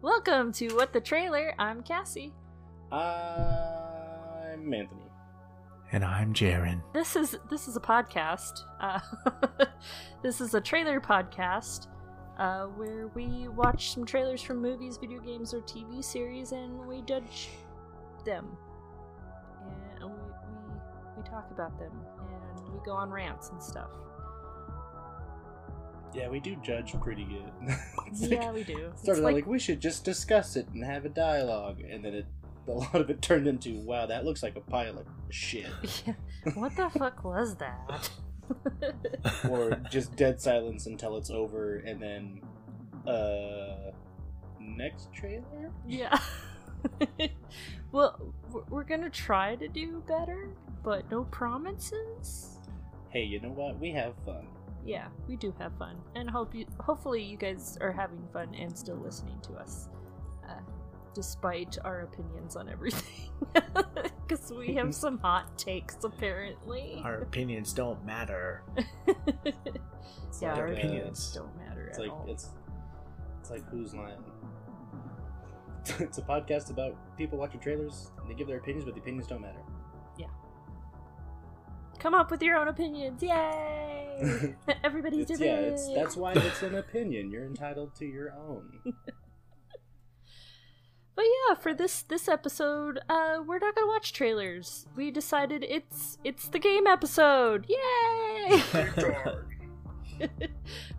Welcome to What the Trailer. I'm Cassie. I'm Anthony. And I'm Jaren. This is this is a podcast. Uh, this is a trailer podcast uh, where we watch some trailers from movies, video games, or TV series, and we judge them. And we, we, we talk about them, and we go on rants and stuff. Yeah, we do judge pretty good. It's like- yeah, we do. It's started out like- like we should just discuss it and have a dialogue, and then it a lot of it turned into wow, that looks like a pile of shit, Yeah. what the fuck was that? or just dead silence until it's over, and then uh, next trailer. yeah. well, we're- we're gonna try to do better, but no promises. Hey, you know what? We have fun. Yeah, we do have fun, and hope you. Hopefully, you guys are having fun and still listening to us, uh, despite our opinions on everything. Because we have some hot takes, apparently. Our opinions don't matter. yeah, like, our uh, opinions don't matter It's at like all. it's it's like who's lying. it's a podcast about people watching trailers and they give their opinions, but the opinions don't matter. Come up with your own opinions, yay! Everybody's It's, different. yeah, it's that's why it's an opinion. You're entitled to your own. But yeah, for this this episode, uh, we're not gonna watch trailers. We decided it's it's the game episode. Yay!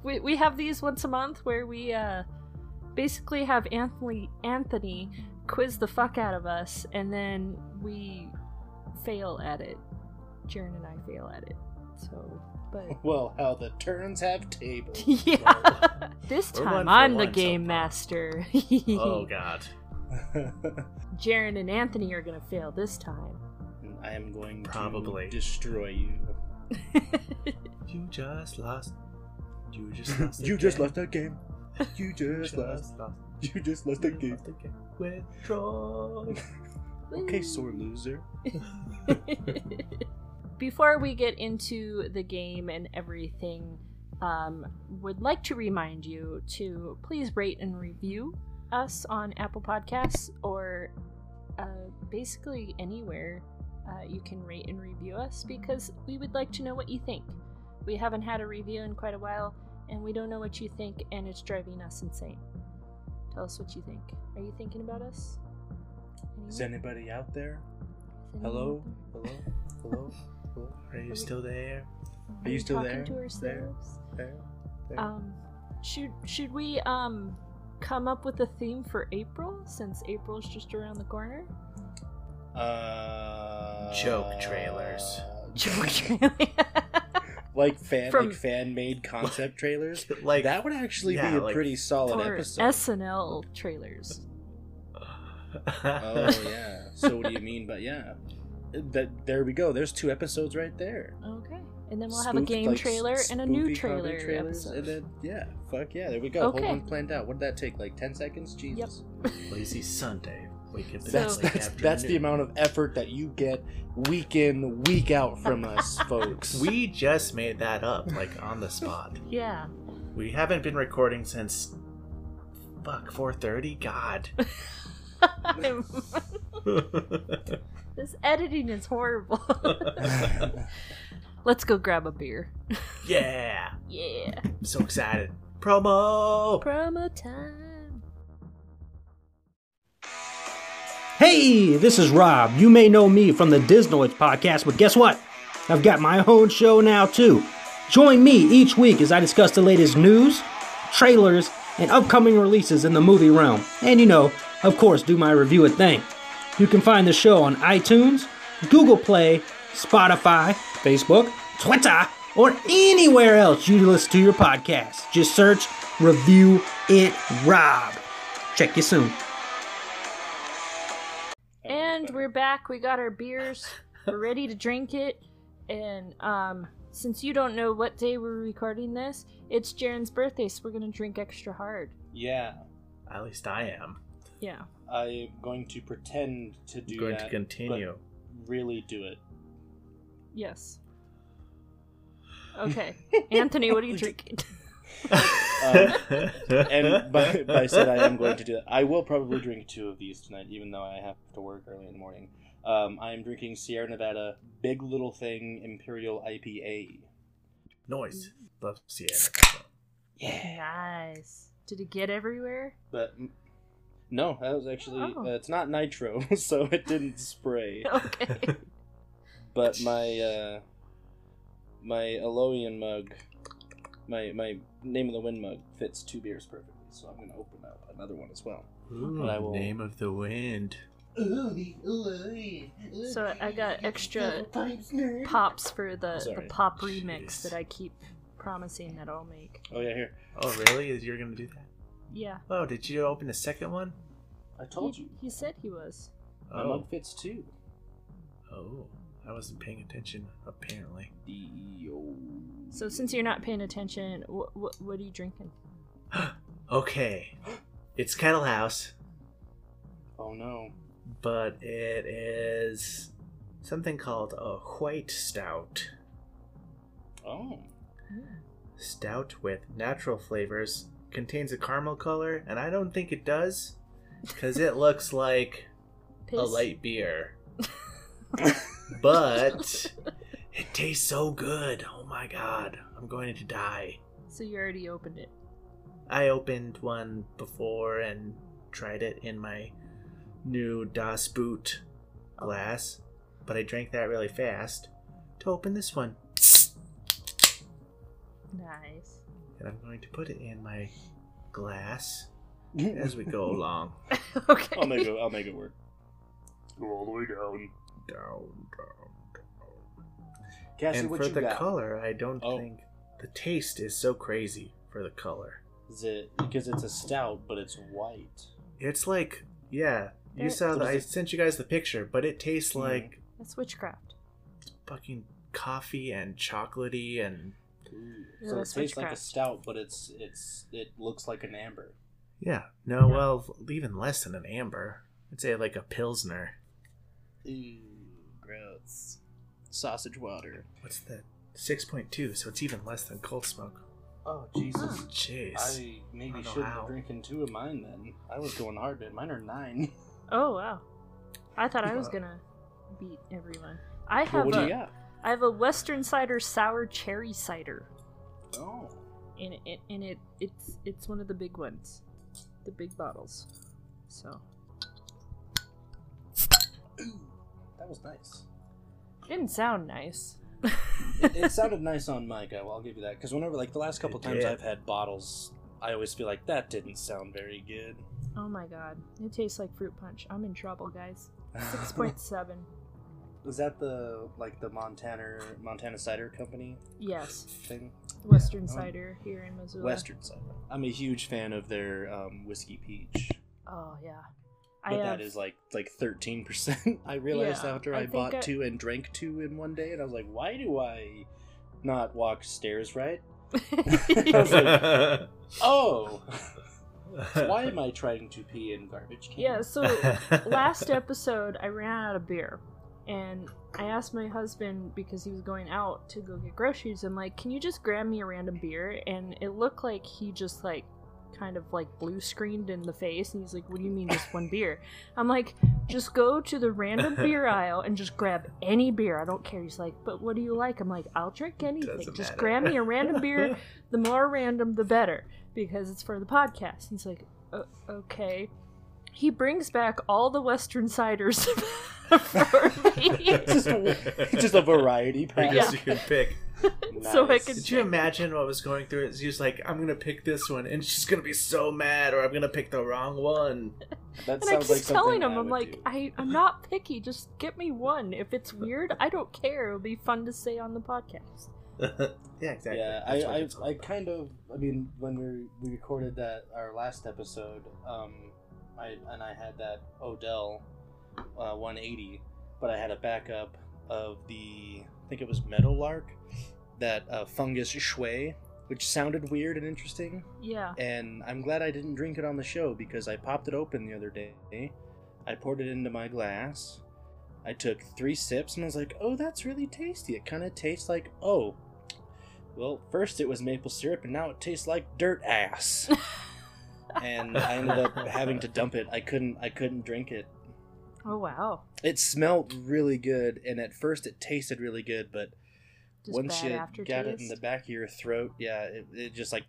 we we have these once a month where we uh, basically have Anthony Anthony quiz the fuck out of us, and then we fail at it. Jaren and I fail at it. So, but well, how the turns have tables. yeah, this We're time one for I'm the one so game far. master. oh god. Jaren and Anthony are gonna fail this time. And I am going Probably. to destroy you. You just lost. You just lost. You again. just lost that game. You just Just lost. lost. You just You lost that game. lost again. Withdraw. Okay, sore loser. Before we get into the game and everything, um, would like to remind you to please rate and review us on Apple Podcasts or uh, basically anywhere uh, you can rate and review us because we would like to know what you think. We haven't had a review in quite a while and we don't know what you think and it's driving us insane. Tell us what you think. Are you thinking about us? Is Anyone? anybody out there? Is anyone Hello? out there? Hello? Hello? Hello? Are you still there? Are you still talking there? To There? ourselves? There? Oh. Um, should should we um come up with a theme for April since April's just around the corner? Uh, Joke trailers. Joke trailer. like fan From- like fan made concept trailers. Like that would actually be yeah, a like- pretty solid or episode. SNL trailers. oh yeah. So what do you mean? But yeah, that there we go. There's two episodes right there. Okay, and then we'll have a Spooked, game like, trailer s- and a new spoopy comedy trailer trailers, episode. And then yeah, fuck yeah, there we go. Okay. Whole one planned out. What did that take? Like ten seconds? Jesus. Lazy Sunday. Wake up in That's So- the late that's that's the afternoon. amount of effort that you get week in week out from us, folks. We just made that up, like on the spot. Yeah, We haven't been recording since fuck 4:30. God. this editing is horrible. Let's go grab a beer. yeah. Yeah, I'm so excited. Promo. promo time. Hey, this is Rob. You may know me from the Disnoids podcast, but guess what? I've got my own show now, too. Join me each week as I discuss the latest news, trailers, and upcoming releases in the movie realm. And you know, of course, do my review a thing. You can find the show on iTunes, Google Play, Spotify, Facebook, Twitter, or anywhere else you listen to your podcast. Just search Review It Rob. Check you soon. And we're back. We got our beers. We're ready to drink it. And um, since you don't know what day we're recording this, it's Jaren's birthday, so we're gonna drink extra hard. yeah, At least I am. Yeah. I'm going to pretend to do I'm going that, to continue. but really do it. Yes. Okay. Anthony, what are you drinking? Um, and by, by said, I am going to do that. I will probably drink two of these tonight, even though I have to work early in the morning. Um, I am drinking Sierra Nevada Big Little Thing Imperial IPA. Noise. Love Sierra. Yeah, Nice. Did it get everywhere? but no, that was actually Oh. uh, it's not nitro, so it didn't spray. Okay. But my uh, my Aloian mug, my my name of the wind mug fits two beers perfectly. So I'm going to open up another one as well. Ooh, But I will- Name of the wind. so I got extra pops for the, the Sorry. pop remix Jeez. that I keep promising that I'll make. Oh yeah, here. Oh, really? Is You're going to do that? Yeah. Oh, did you open a second one? I told he, you. He said he was. My Oh. mug fits two. Oh. I wasn't paying attention, apparently. D-E-O. So since you're not paying attention, wh- wh- what are you drinking? Okay. It's Kettle House, Oh no. but it is something called a white stout. Oh. Stout with natural flavors. Contains a caramel color, and I don't think it does, because it looks like Piss? a light beer. but it tastes so good. Oh my god, I'm going to die. So you already opened it. I opened one before and tried it in my new Das Boot glass, but I drank that really fast to open this one. Nice. And I'm going to put it in my glass as we go along. okay. I'll make it. I'll make it work. Go all the way down. Down, down, down. Cassie, and what for you the got? color, I don't Oh. think the taste is so crazy for the color. Is it because it's a stout, but it's white? It's like, yeah, There- you So saw. The, does I it- sent you guys the picture, but it tastes Mhm. like That's witchcraft. fucking coffee and chocolately and Yeah, so it that's tastes like a witchcraft. stout, but it's it's it looks like an amber. yeah. No, Yeah. well, even less than an amber. I'd say like a pilsner. Ooh, gross. Sausage water. What's that? Six point two. So it's even less than cold smoke. Oh Jesus! Jeez. I I maybe don't know should how. be drinking two of mine then. I was going hard, but mine are nine. Oh wow. I thought I was gonna beat everyone. I Well, have what do you a, got? I have a Western cider sour cherry cider, Oh, and it and it it's it's one of the big ones, the big bottles. So that was nice. didn't sound nice. it sounded nice on mic. I- I'll give you that. Because whenever, like the last couple It times did. I've had bottles, I always feel like that didn't sound very good. oh my god, it tastes like fruit punch. I'm in trouble, guys. Six point seven. Is that the like the Montana Montana Cider Company Yes, thing? Western Yeah, um, cider here in Missoula. Western Cider. I'm a huge fan of their um, whiskey peach, Oh yeah. but I um, have, that is like like 13. percent I realized Yeah, after I I, think bought I- two and drank two in one day, and I was like, why do I not walk stairs right? I was like, oh, why am I trying to pee in garbage cans? yeah. So last episode I ran out of beer and I asked my husband because he was going out to go get groceries I'm like, "Can you just grab me a random beer?" and it looked like he just like kind of like blue screened in the face and he's like, "What do you mean just one beer?" I'm like, "Just go to the random beer aisle and just grab any beer. I don't care." He's like, "But what do you like?" I'm like, "I'll drink anything. Doesn't just matter. grab me a random beer the more random the better because it's for the podcast he's like "O- okay he brings back all the western ciders for me Just a- Just a variety I pack. guess you can pick. so i Nice. could Did you imagine what was going through it? She was like, I'm gonna pick this one, and she's gonna be so mad, or I'm gonna pick the wrong one. That and i sounds keep like something telling him I i'm would like do. I, i'm not picky just get me one if it's weird i don't care it'll be fun to say on the podcast yeah, exactly. Yeah, That's what I, it's I, I all kind of, I mean, when we we recorded that our last episode, um, I and I had that Odell, uh, 180, but I had a backup of the, I think it was Meadowlark, that uh, fungus shui, which sounded weird and interesting, yeah and I'm glad I didn't drink it on the show because I popped it open the other day, I poured it into my glass. I took three sips and I was like, "Oh, that's really tasty. It kind of tastes like oh, well, first it was maple syrup, and now it tastes like dirt ass. and I ended up having to dump it. I couldn't. I couldn't drink it. Oh wow. It smelled really good, and at first it tasted really good, but Just once bad you aftertaste. got it in the back of your throat, yeah, it, it just like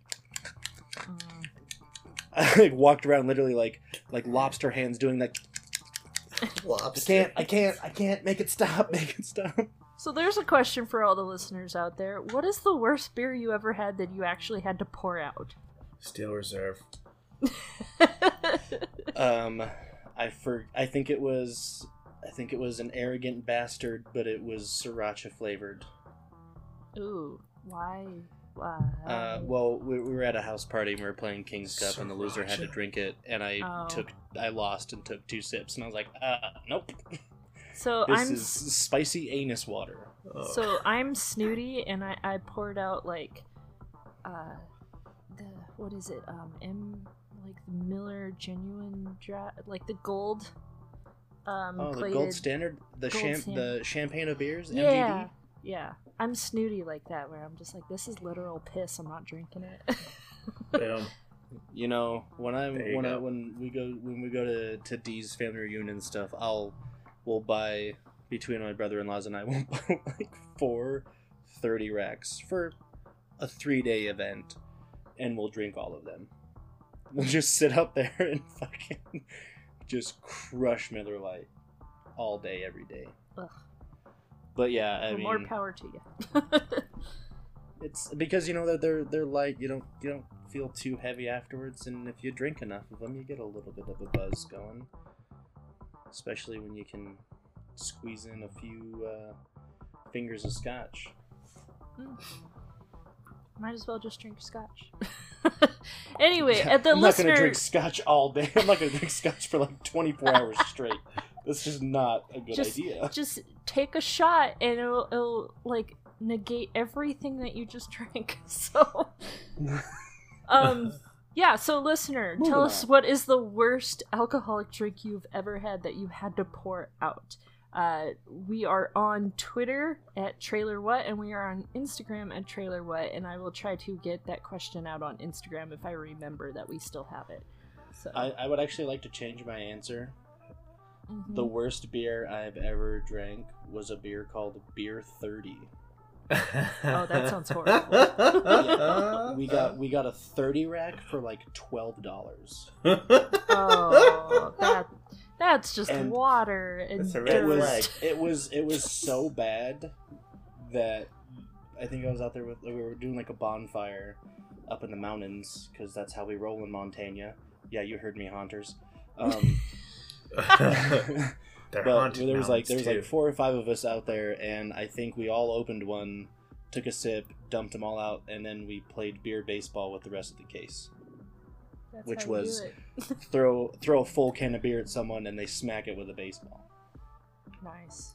Mm. I walked around literally like like lobster hands doing that. I Lobster. can't. I can't. I can't make it stop. Make it stop. So there's a question for all the listeners out there. What is the worst beer you ever had that you actually had to pour out? Steel Reserve. Um, I for I think it was I think it was an arrogant bastard, but it was sriracha flavored. Ooh, why? Why? Uh, well, we, we were at a house party and we were playing King's Cup, and the loser had to Sriracha. drink it, and I Oh. took I lost and took two sips, and I was like, uh, nope, so this Oh, I'm is s- spicy anus water. Oh. so I'm snooty, and I, I poured out like, uh, the what is it? Um, M like the Miller Genuine Dra- like the gold. Um, Oh, the plated- gold standard, the gold champ, standard. the champagne of beers, Yeah, MGD. yeah. I'm snooty like that, where I'm just like, this is literal piss. I'm not drinking it. Boom. You know, when I There you when I go. when we go when we go to to Dee's family reunion and stuff, I'll we'll buy between my brother-in-laws and I will buy like four 30 racks for a three-day event, and we'll drink all of them. We'll just sit up there and fucking just crush Miller Lite all day every day. Ugh. But yeah, I Well, mean, more power to you. it's because you know that they're they're light. You don't you don't feel too heavy afterwards, and if you drink enough of them, you get a little bit of a buzz going. Especially when you can squeeze in a few uh, fingers of scotch. Mm. Might as well just drink scotch. anyway, at the I'm not listener, gonna drink scotch all day. I'm not gonna drink scotch for like 24 hours straight. That's just not a good Just- idea. just take a shot and it'll, it'll like negate everything that you just drank. So, um, yeah. So, listener, Moving tell us on. what is the worst alcoholic drink you've ever had that you had to pour out. Uh, we are on Twitter at Trailer What, and we are on Instagram at Trailer What, and I will try to get that question out on Instagram if I remember that we still have it. So, I, I would actually like to change my answer. mhm. The worst beer I've ever drank was a beer called Beer 30. oh, that sounds Yeah, horrible. we got we got a 30 rack for like $12 oh, that that's just And- water and That's a red it dirt. was flag. it was it was so bad that i think i was out there with we were doing like a bonfire up in the mountains because that's how we roll in montana yeah you heard me haunters um They're but haunted there was like mountains, there was too. like four or five of us out there and i think we all opened one took a sip dumped them all out and then we played beer baseball with the rest of the case That's which how you was- do it. throw throw a full can of beer at someone and they smack it with a baseball nice.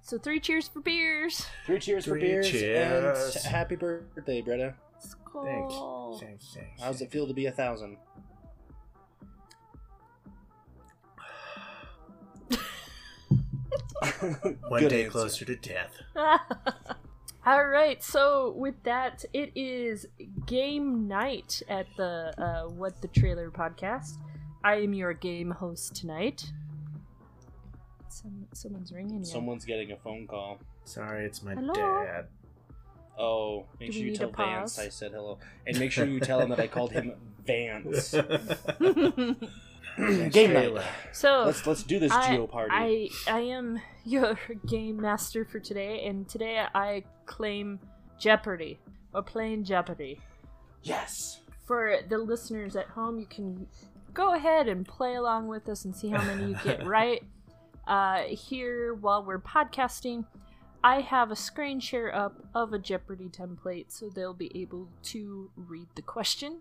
So three cheers for beers. three cheers for Three beers cheers. and happy birthday Bretta. Thanks. Skull. Thanks, thanks. How does it feel to be a thousand? One Good day answer. closer to death. All right. So with that, it is game night at the uh, What the Trailer podcast. I am your game host tonight. Some, someone's ringing you. Someone's getting a phone call. Sorry, it's my Hello? dad. Oh, Do make we sure you need tell to Vance pause? I said hello, and make sure you tell him that I called him Vance. Game night. so Let's let's do this I- geo party. I I am your game master for today, and today I claim Jeopardy or playing Jeopardy. Yes. For the listeners at home, you can go ahead and play along with us and see how many you get right. Uh, here, while we're podcasting, I have a screen share up of a Jeopardy template, so they'll be able to read the question.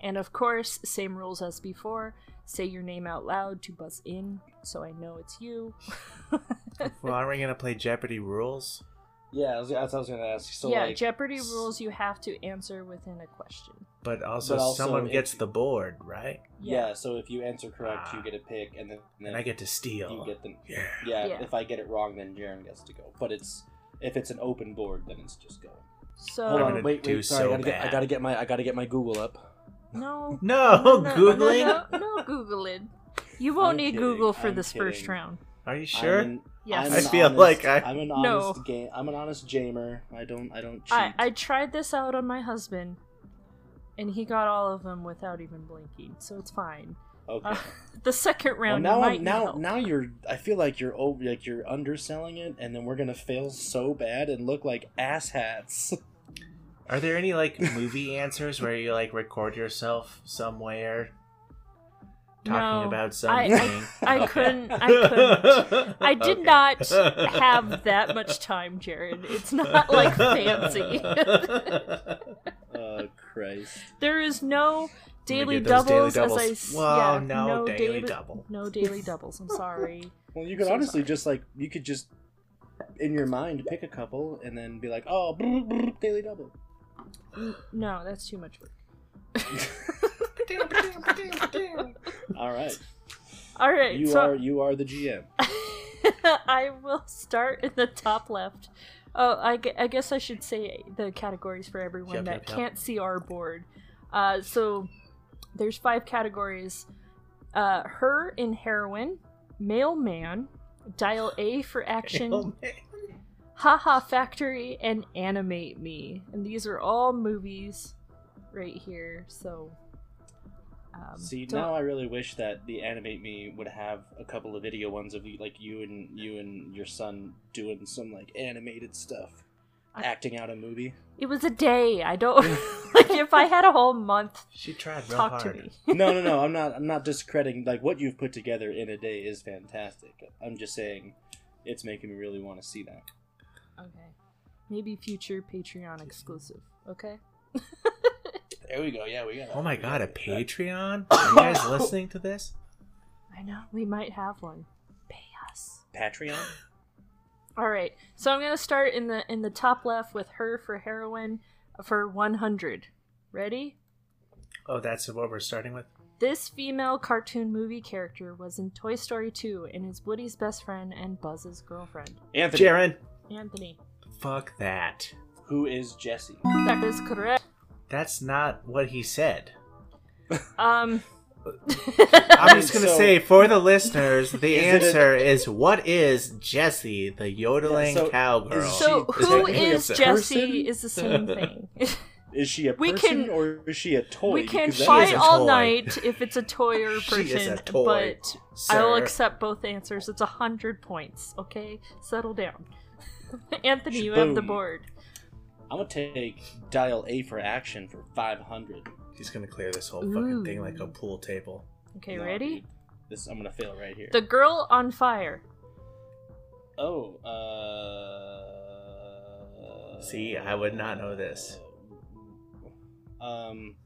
And of course, same rules as before. Say your name out loud to buzz in, so I know it's you. well, aren't we gonna play Jeopardy rules? Yeah, I was, that's what I was gonna ask. So yeah, like, Jeopardy s- rules you have to answer within a question. But also, But also someone if- gets the board, right? yeah. So if you answer correct, Ah. you get a pick, and then, and And I get to steal. you get the yeah. yeah, Yeah. If I get it wrong, then Jaren gets to go. But it's if it's an open board, then it's just going. So Hold gonna on, wait, do wait, sorry, so I gotta get, I bad. gotta get my, I gotta get my Google up. no, No, no, googling. No, no, no googling. You won't I'm need kidding, Google for I'm this first kidding. round. Are you I'm sure? an- Yes. I'm I an feel honest- like I- I'm an No. honest game. I'm an honest gamer. I don't, I don't cheat. I, I tried this out on my husband, and he got all of them without even blinking, so it's fine. okay. Uh, the second Well, round, you now, might I'm, now, know. now you're. I feel like you're over, like you're underselling it, and then we're gonna fail so bad and look like asshats. Are there any like movie answers where you like record yourself somewhere talking No, about I- something? I couldn't. I couldn't. I did not have that much time, Jared. It's not like fancy. Oh Christ! there is no daily did those doubles, daily as I doubles. s- Well, yeah, no daily double. No daily doubles. I'm sorry. Well, you could So honestly sorry. just like you could just in your mind pick a couple and then be like, oh, brr, brr, daily double. N- No, that's too much work. All right, All right, you so are you are the GM. I will start in the top left. Oh, I, gue- I guess I should say the categories for everyone Yep, that yep, yep. can't see our board. Uh, so there's five categories: uh, her in heroin, mailman, dial A for Oh, action, haha factory, and animate me. And these are all movies right here. So um, See, don't- now I really wish that the animate me would have a couple of video ones of you, like you and you and your son doing some like animated stuff, I- acting out a movie. it was a day. I don't like if I had a whole month. She tried real Talk hard. to me. no, no, no. I'm not. I'm not discrediting. Like what you've put together in a day is fantastic. I'm just saying, it's making me really want to see that. Okay. Maybe future Patreon exclusive. Okay. There we go. Yeah, we got. Oh my god, a Patreon? Are you guys listening to this? I know. We might have one. Pay us. Patreon. All right. So I'm gonna start in the in the top left with her for heroin for 100. Ready? Oh, that's what we're starting with? This female cartoon movie character was in Toy Story 2 and is Woody's best friend and Buzz's girlfriend. Anthony, Jaren! Anthony. Fuck that. who is Jesse? That is correct. That's not what he said. Um. I'm just gonna So- say for the listeners, the Is it a- answer is what is Jessie, the yodeling Yeah, so- cowgirl? is so She- who technically a is person? Jesse is the same thing. Is she a We person can- or is she a toy? We can Because that fight is- a all toy. night if it's a toy or a She person, is a toy, but I will sir. accept both answers. It's a hundred points, okay? Settle down. Anthony, you have the Shaboom. board. I'm gonna take dial A for action for 500. He's gonna clear this whole fucking thing Ooh. like a pool table. Okay, Nah, ready? dude. This I'm gonna fail right here. The girl on fire. Oh, uh. See, I would not know this. Um,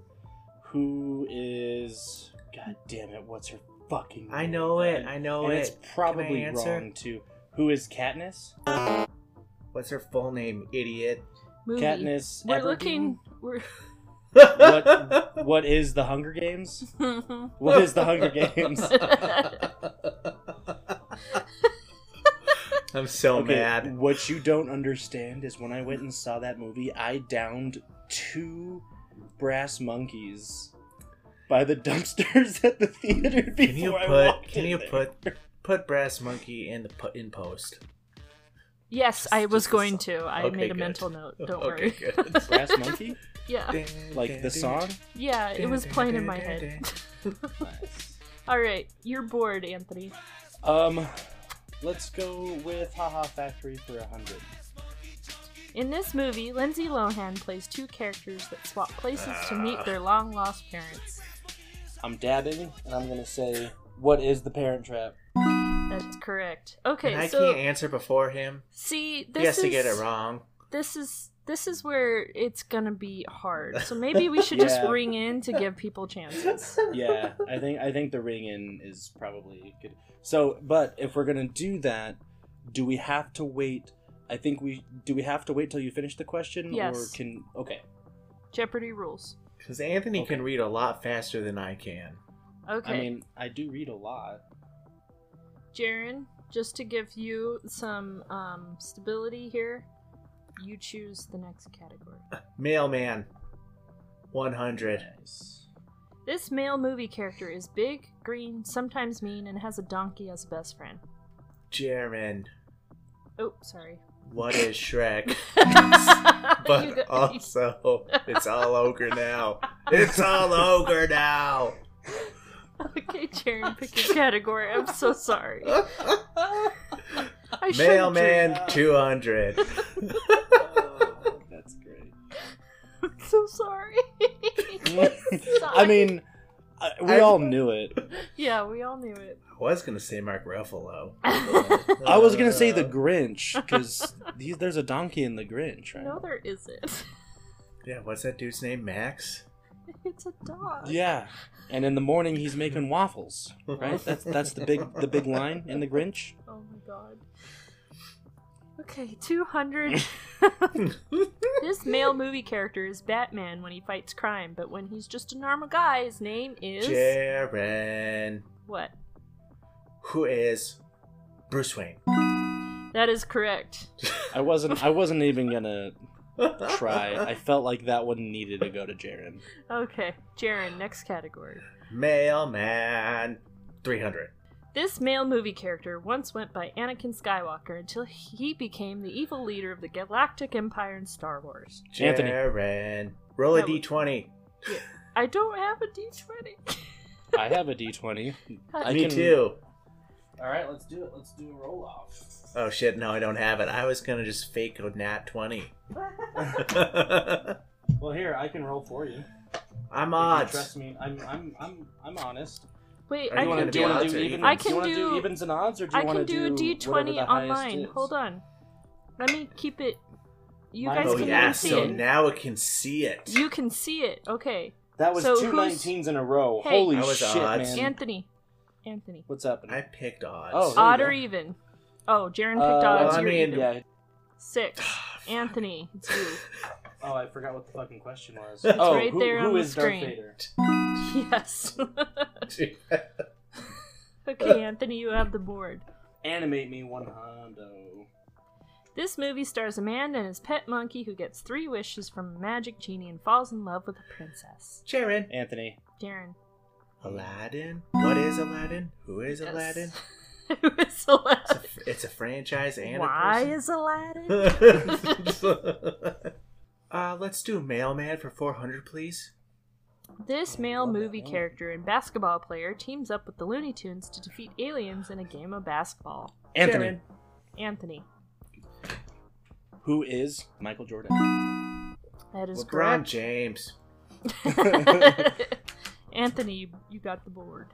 who is? God damn it! What's her fucking? I name? know it. And- I know and it. it's Can I probably answer? wrong too. Who is Katniss? What's her full name, idiot? Movie. Katniss. We're Everdeen? looking. We're. What? What is the Hunger Games? What is the Hunger Games? I'm so Okay, mad. What you don't understand is when I went and saw that movie, I downed two brass monkeys by the dumpsters at the theater before Can you I put? walked Can in you there. put? Put Brass Monkey in the po- in post. yes, I Just- was just a going song. to. I Okay, made a good. mental note. Don't Okay, worry. good. brass monkey? yeah, Like the song? yeah. It was playing in my head. Nice. All right, you're bored, Anthony. Um, let's go with Haha Factory for a hundred. In this movie, Lindsay Lohan plays two characters that swap places to meet their long lost parents. I'm dabbing, and I'm gonna say, what is the Parent Trap? That's correct. Okay, And I so can't answer before him. see, he this has to is get it wrong. this is this is where it's gonna be hard. So maybe we should just Yeah. ring in to give people chances. yeah, I think I think the ring in is probably good. So, but if we're gonna do that, do we have to wait? I think we do. We have to wait till you finish the question, Yes. or can okay? Jeopardy rules. Because Anthony can read a lot faster than I can. Okay, I mean, I do read a lot. Jaren, just to give you some um, stability here, You choose the next category. Mailman. 100. Nice. This male movie character is big, green, sometimes mean, and has a donkey as a best friend. Jeremy. Oh, sorry. What is Shrek? You But got- also, it's all ogre now. It's all ogre now. okay, Jeremy, pick your category. I'm so sorry. I shouldn't Mailman drink. 200. Oh, that's great. I'm so sorry. I mean, I, we I- all knew it. yeah, we all knew it. I was going to say Mark Ruffalo. I was gonna say the Uh. Grinch because there's a donkey in the Grinch, right? no, there isn't. Yeah, what's that dude's name? Max? It's a dog. Yeah, and in the morning he's making waffles, right? That's that's the big the big line in the Grinch. Oh my god. Okay, 200. this male movie character is Batman when he fights crime, but when he's just a normal guy, his name is. Jaren. What? Who is Bruce Wayne? That is correct. I wasn't I wasn't even gonna try. I felt like that one needed to go to Jaren. Okay, Jaren, next category. Mailman 300. This male movie character once went by Anakin Skywalker until he became the evil leader of the Galactic Empire in Star Wars. Anthony. Jaren. Roll a That was- d20. I don't have a d20. I have a D twenty. I Me can- too. All right, let's do it. Let's do a roll off. Oh shit, no, I don't have it. I was gonna just fake a nat 20. Well, here I can roll for you. I'm You can odds. Trust me. I'm I'm I'm I'm honest. Wait, Are I you can gonna do do a it? d odds or evens? I can wanna do- evens and odds, or do I you want can to do, do a d20 whatever the on highest mine. is? Hold on. Let me keep it. You Mine guys is- Oh can yeah, even see so it. now it can see it. You can see it. Okay. That was So two who's- 19s in a row. Hey. Holy That was shit, odds. man! Anthony. Anthony. What's happening? I picked odds. Oh, there Odd you or go. even? Oh, Jaren picked Uh, odds. I You're mean- even. yeah. Six. Anthony, it's you. Oh, I forgot what the fucking question was. It's oh, right who, there who on the is Darth screen. Vader? Yes. Uh. okay, Anthony, you have the board. Animate me one hondo. This movie stars a man and his pet monkey who gets three wishes from a magic genie and falls in love with a princess. Jaren. Anthony. Darren. Aladdin? What is Aladdin? Who is yes. Aladdin? Who is Aladdin? It's a, it's a franchise and Why a is Aladdin? person. uh, let's do Mailman for 400, please. This male love that movie movie. character and basketball player teams up with the Looney Tunes to defeat aliens in a game of basketball. Anthony. Jaren. Anthony. Who is Michael Jordan? That is LeBron James. correct. Anthony, you, you got the board.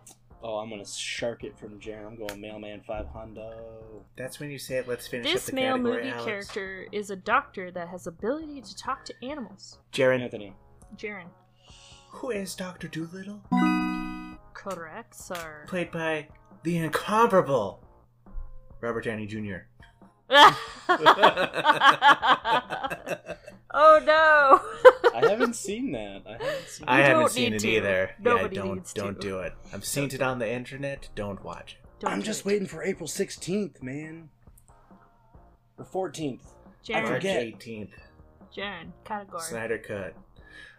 Oh, I'm gonna shark it from Jaren. I'm going mailman five hondo. That's when you say it. Let's finish up This the male category, movie Alex. character is a doctor that has ability to talk to animals. Jaren. Anthony. Jaren. Who is Dr. Doolittle? Correct, sir. Played by the incomparable Robert Downey Jr. oh no! I haven't seen that. I haven't seen. I You haven't don't seen need it to. either. Nobody yeah, don't needs to. don't do it. I've seen it on the internet. Don't watch it. Don't I'm do just it. waiting for April 16th, man. Or 14th. I Jaren, forget. March 18th, Jaren, category. Snyder Cut.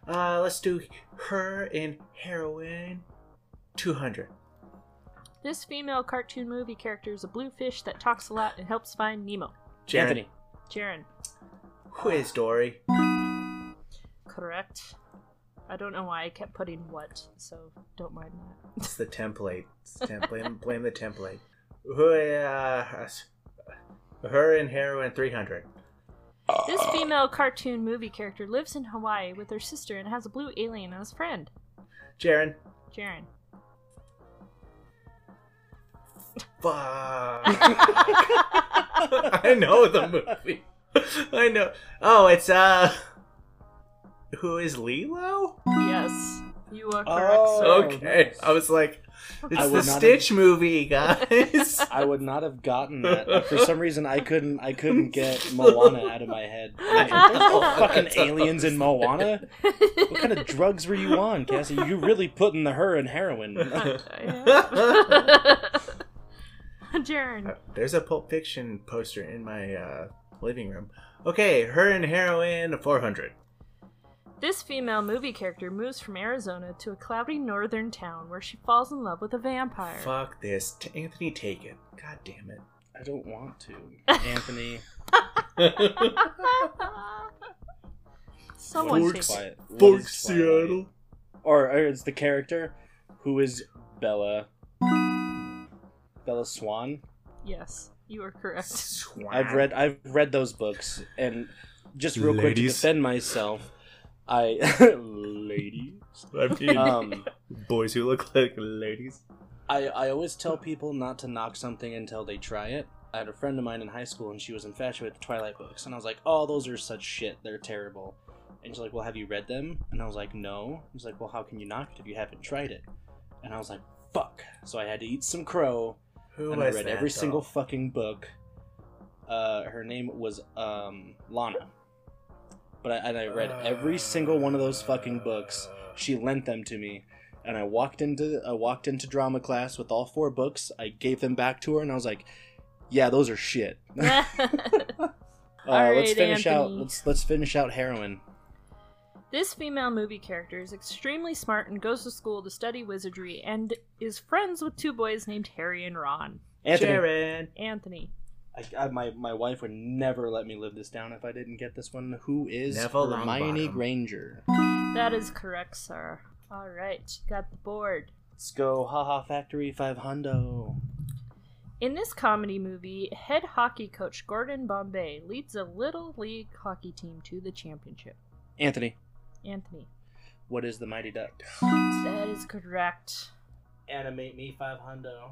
Uh, let's do her in heroin. 200. This female cartoon movie character is a blue fish that talks a lot and helps find Nemo. Jaren, Anthony. Jaren, Who is Dory? correct. I don't know why I kept putting what, so don't mind that. It's the template. It's the template. blame, blame the template. Who? Uh, her in heroin. 300. This female cartoon movie character lives in Hawaii with her sister and has a blue alien as a friend. Jaren. Jaren. Fuck. I know the movie. I know. Oh, it's uh. Who is Lilo? Yes, you are correct, Oh. sir. okay, nice. I was like, it's I would not the have- Stitch movie, guys. I would not have gotten that. For some reason, I couldn't. I couldn't get Moana out of my head. I was like, There's no fucking aliens in Moana. What kind of drugs were you on, Cassie? You really putting the her in heroin? Jaren. There's a Pulp Fiction poster in my uh, living room. Okay, her and heroin, 400. This female movie character moves from Arizona to a cloudy northern town where she falls in love with a vampire. Fuck this. T- Anthony, take it. God damn it. I don't want to, Anthony. Someone What take is it. Twilight? What is Twilight? Or, or it's the character who is Bella. Bella Swan. Yes, you are correct. Swan. I've read I've read those books, and just real quick to Ladies. defend myself, I ladies. I mean, Um, boys who look like ladies. I, I always tell people not to knock something until they try it. I had a friend of mine in high school and she was infatuated with the Twilight books. And I was like, oh, those are such shit. They're terrible. And she's like, well, have you read them? And I was like, no. She's like, well, how can you knock it if you haven't tried it? And I was like, fuck. So I had to eat some crow. Who and I was read that, every though? single fucking book. Uh, her name was um, Lana. But I, and I read every single one of those fucking books. She lent them to me, and I walked into I walked into drama class with all four books. I gave them back to her, and I was like, "Yeah, those are shit." uh, Alright, let's finish out. Anthony. Let's let's finish out heroin. This female movie character is extremely smart and goes to school to study wizardry and is friends with two boys named Harry and Ron. Anthony, Jared. Anthony. I, I, my my wife would never let me live this down if I didn't get this one. Who is Neville Hermione Longbottom. Granger? That is correct, sir. All right, got the board. Let's go, haha! Factory five hundo. In this comedy movie, head hockey coach Gordon Bombay leads a little league hockey team to the championship. Anthony, Anthony. what is the Mighty Duck? That is correct. Animate me five hundo.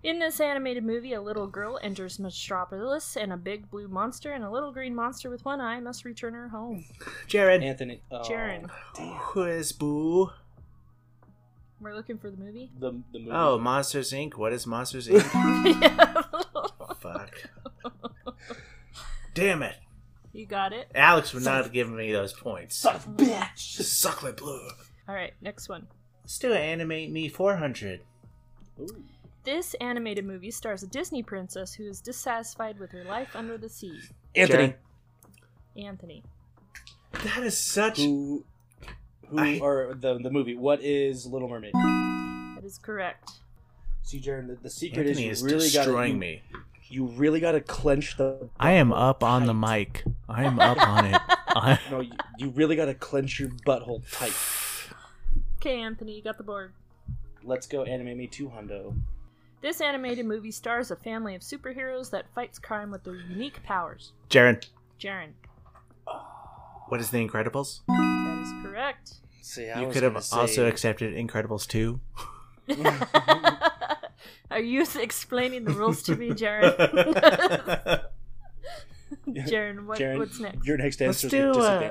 In this animated movie, a little girl enters Metropolis and a big blue monster and a little green monster with one eye must return her home. Jared. Anthony, oh, Jaren. Who is Boo? We're looking for the movie? The the movie. Oh, Monsters Inc. What is Monsters Inc.? Fuck. Damn it. you got it. Alex would not have given me those points. Suck, bitch. Suck my blue. All right, next one. Let's do an animate me 400. Ooh. This animated movie stars a Disney princess who is dissatisfied with her life under the sea. Anthony, Jared. Anthony. That is such. who who I- or the the movie? What is Little Mermaid? That is correct. See, Jaren, the, the secret Anthony is is you really got destroying to me. You really got to clench the. I am up on the mic. I am up on it. I, No, you, you really got to clench your butthole tight. Okay, Anthony, you got the board. Let's go, animate me two hundo. This animated movie stars a family of superheroes that fights crime with their unique powers. Jared, Jaren. what is The Incredibles? That is correct. See, I you was could have gonna say- also accepted Incredibles 2. Are you explaining the rules to me, Jaren? Jaren, what, Jaren, what's next? Your next Let's answer is do, uh,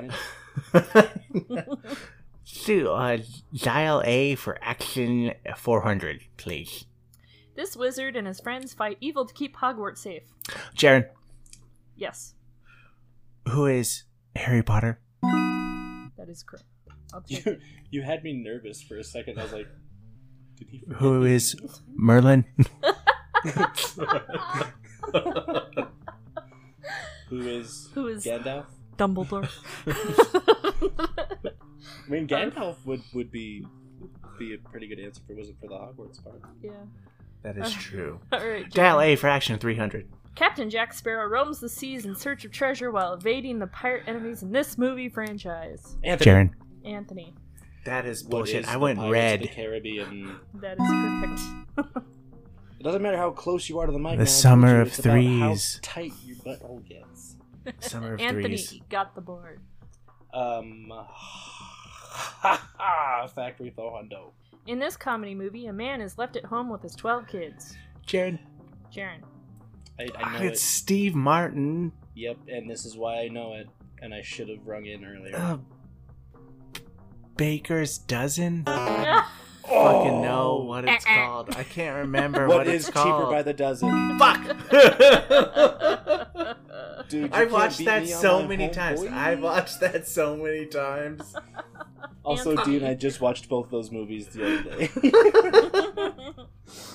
disadvantage. Let's do uh, dial A for action 400, please. This wizard and his friends fight evil to keep Hogwarts safe. Jared, Yes, who is Harry Potter? that is correct. I'll take You, it. you had me nervous for a second. I was like, did he? Who is Merlin? Who is Who is Gandalf? Dumbledore? I mean, Gandalf would would be be a pretty good answer if it wasn't for the Hogwarts part. yeah. that is true. All right. Dial Jaren. A for action 300. Captain Jack Sparrow roams the seas in search of treasure while evading the pirate enemies in this movie franchise. Anthony, Jared, Anthony, that is what bullshit. is I the went Pirates of The red. Caribbean. that is correct. It doesn't matter how close you are to the mic. The man, I told summer you, of it's about how threes. tight your butthole gets. Summer of Anthony threes. got the board. Um, factory four hundo. In this comedy movie, a man is left at home with his 12 kids. Jared, Jaren. I, I ah, know it's it. Steve Martin. Yep, and this is why I know it. And I should have rung in earlier. Uh, Baker's Dozen? Oh. Fucking know what it's called. I can't remember what, what is it's called. cheaper by the dozen? Fuck! Dude, you I can't watched beat that me on so my many home, times. uh, boy. I watched that so many times. Also, Anthony. Dean, I just watched both those movies the other day.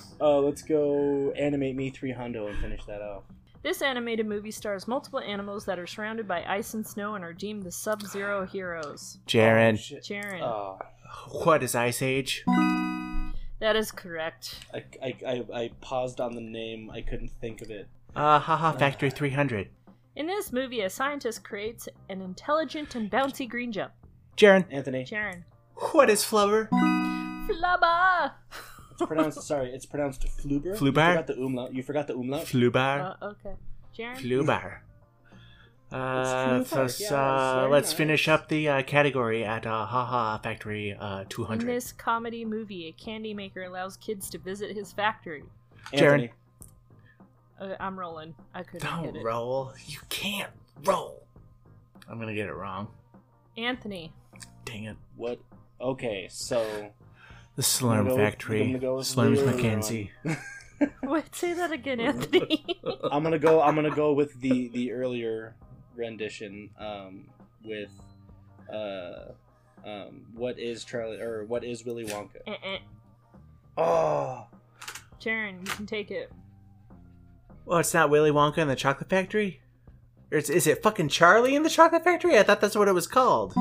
uh, let's go animate me three hundo and finish that off. This animated movie stars multiple animals that are surrounded by ice and snow and are deemed the Sub Zero heroes. Oh, Jaren, shit. Jaren. Oh, what is Ice Age? That is correct. I, I, I, I paused on the name. I couldn't think of it. Uh, haha, Factory 300. In this movie, a scientist creates an intelligent and bouncy green jump. Jaren, Anthony. Jaren. what is Flubber? Flubba! It's pronounced. sorry, it's pronounced Fluber. You Flubar? forgot the umlaut. You forgot the umlaut. Flubar. Uh, okay. Jaren? Flubar. Uh, Flubar, so, so, yeah, that's very let's nice. finish up the uh, category at uh, haha Factory uh, In 200. this comedy movie, a candy maker allows kids to visit his factory. Anthony. Uh, I'm rolling. I couldn't Don't get it. roll. You can't roll. I'm gonna get it wrong. Anthony. Dang it. What? Okay, so The Slurm I'm gonna go with- I'm Factory. gonna go with Slurms the- McKenzie. Wait, say that again, Anthony. I'm gonna go. I'm gonna go with the the earlier rendition. Um, with uh, um, what is Charlie or what is Willy Wonka? Uh-uh. Oh, Jaren, you can take it. Well, Oh, it's not Willy Wonka and the Chocolate Factory? Or is, is it fucking Charlie and the Chocolate Factory? I thought that's what it was called.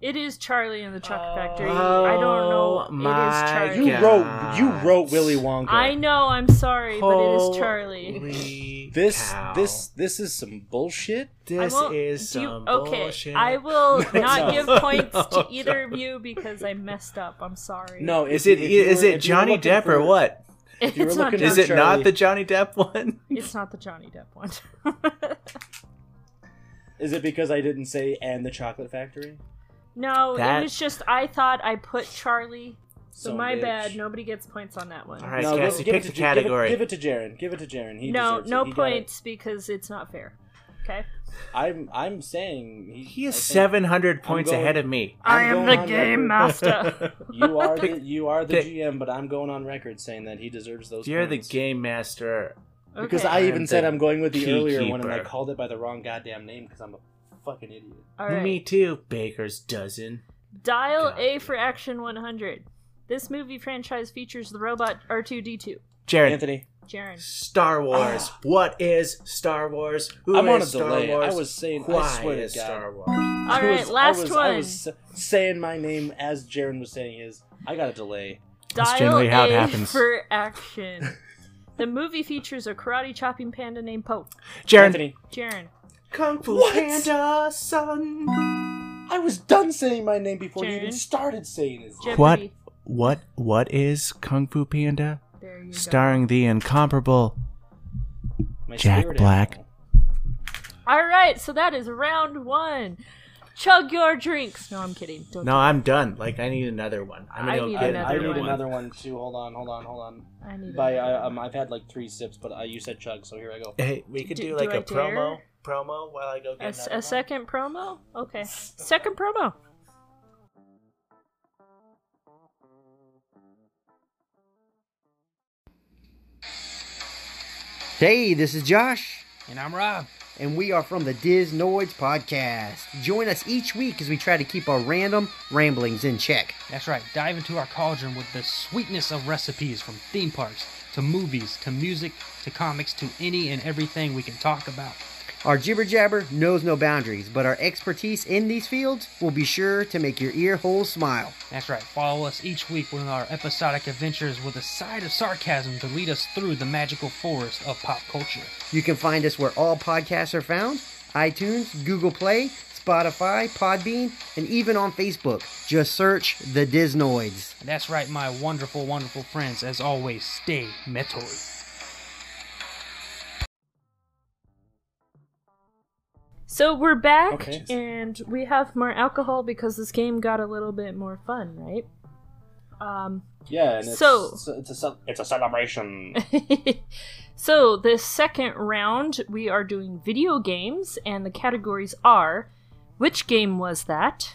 It is Charlie and the Chocolate Oh. Factory. I don't know. Oh My it is Charlie. you God. wrote you wrote Willy Wonka. I know. I'm sorry, but it is Charlie. Charlie. This this this is some bullshit. this I won't is do- some okay. bullshit. I will not No. give points No, to either no. of you because I messed up. I'm sorry. No, Is if it e- you- if you is were- it if you were Johnny looking Depp or for- what? it's you were not. looking Johnny, Is it not Charlie. the Johnny Depp one? It's not the Johnny Depp one. Is it because I didn't say and the Chocolate Factory? no, That- it was just I thought I put Charlie. So Son of my bitch. bad. Nobody gets points on that one. All right, No, give- Cassie, give, pick it the to, J- give it- category. Give it, to Jaren. Give it to Jaren. He no, deserves it. no He got it. points because it's not fair. Okay. I'm I'm saying he, He I is think 700 I'm points going- ahead of me. I'm I am going the on game master. You are the, you are the pick- GM, but I'm going on record saying that he deserves those. You're the points. game master. because Okay. I I'm even the said I'm going with the earlier one, and I keykeeper. called it by the wrong goddamn name because I'm a fucking idiot. All right. Me too. Baker's dozen. Dial A God. for Action 100. This movie franchise features the robot R2D2. Jared, Anthony, Ah. Jaren. Star Wars. What is Star Wars? Who I'm on is a Star delay. I Wars? was saying- I Why swear to is God. Star Wars? All I right, was- I last was- one. I was s- saying my name as Jaren was saying his. I got a delay. That's Dial generally how it A happens. for Action. the movie features a karate chopping panda named Poe. Jared, Anthony, Jaren. Kung Fu What? Panda Son. I was done saying my name before you even Jaren. started saying his. Jeopardy. What? What? What is Kung Fu Panda? There you Starring the incomparable. My Jack spirit Black. animal. go. All right, so that is round one. Chug your drinks. No, I'm kidding. Don't No, I'm done. Like I need another one. I'm gonna I go need get I, I another need one. another one too. Hold on, hold on, hold on. do- I need By another I, one. um, I've had like three sips, but uh, you said chug, so here I go. Hey, we could Do- do, do like I a promo dare? promo while I go A, get s- another a one. second promo? Okay. Second promo. Hey, this is Josh, And I'm Rob. and we are from the Diz Noids Podcast. Join us each week as we try to keep our random ramblings in check. That's right, dive into our cauldron with the sweetness of recipes from theme parks to movies to music to comics to any and everything we can talk about. Our jibber jabber knows no boundaries, but our expertise in these fields will be sure to make your ear holes smile. That's right, follow us each week with our episodic adventures with a side of sarcasm to lead us through the magical forest of pop culture. You can find us where all podcasts are found iTunes, Google Play, Spotify, Podbean, and even on Facebook. Just search the Diz Noids. And that's right, my wonderful, wonderful friends, as always, stay metoid. So we're back, Okay. and we have more alcohol because this game got a little bit more fun, right? Um, Yeah, and it's, So- so it's a ce- it's a celebration. so the second round, we are doing video games, and the categories are: which game was that?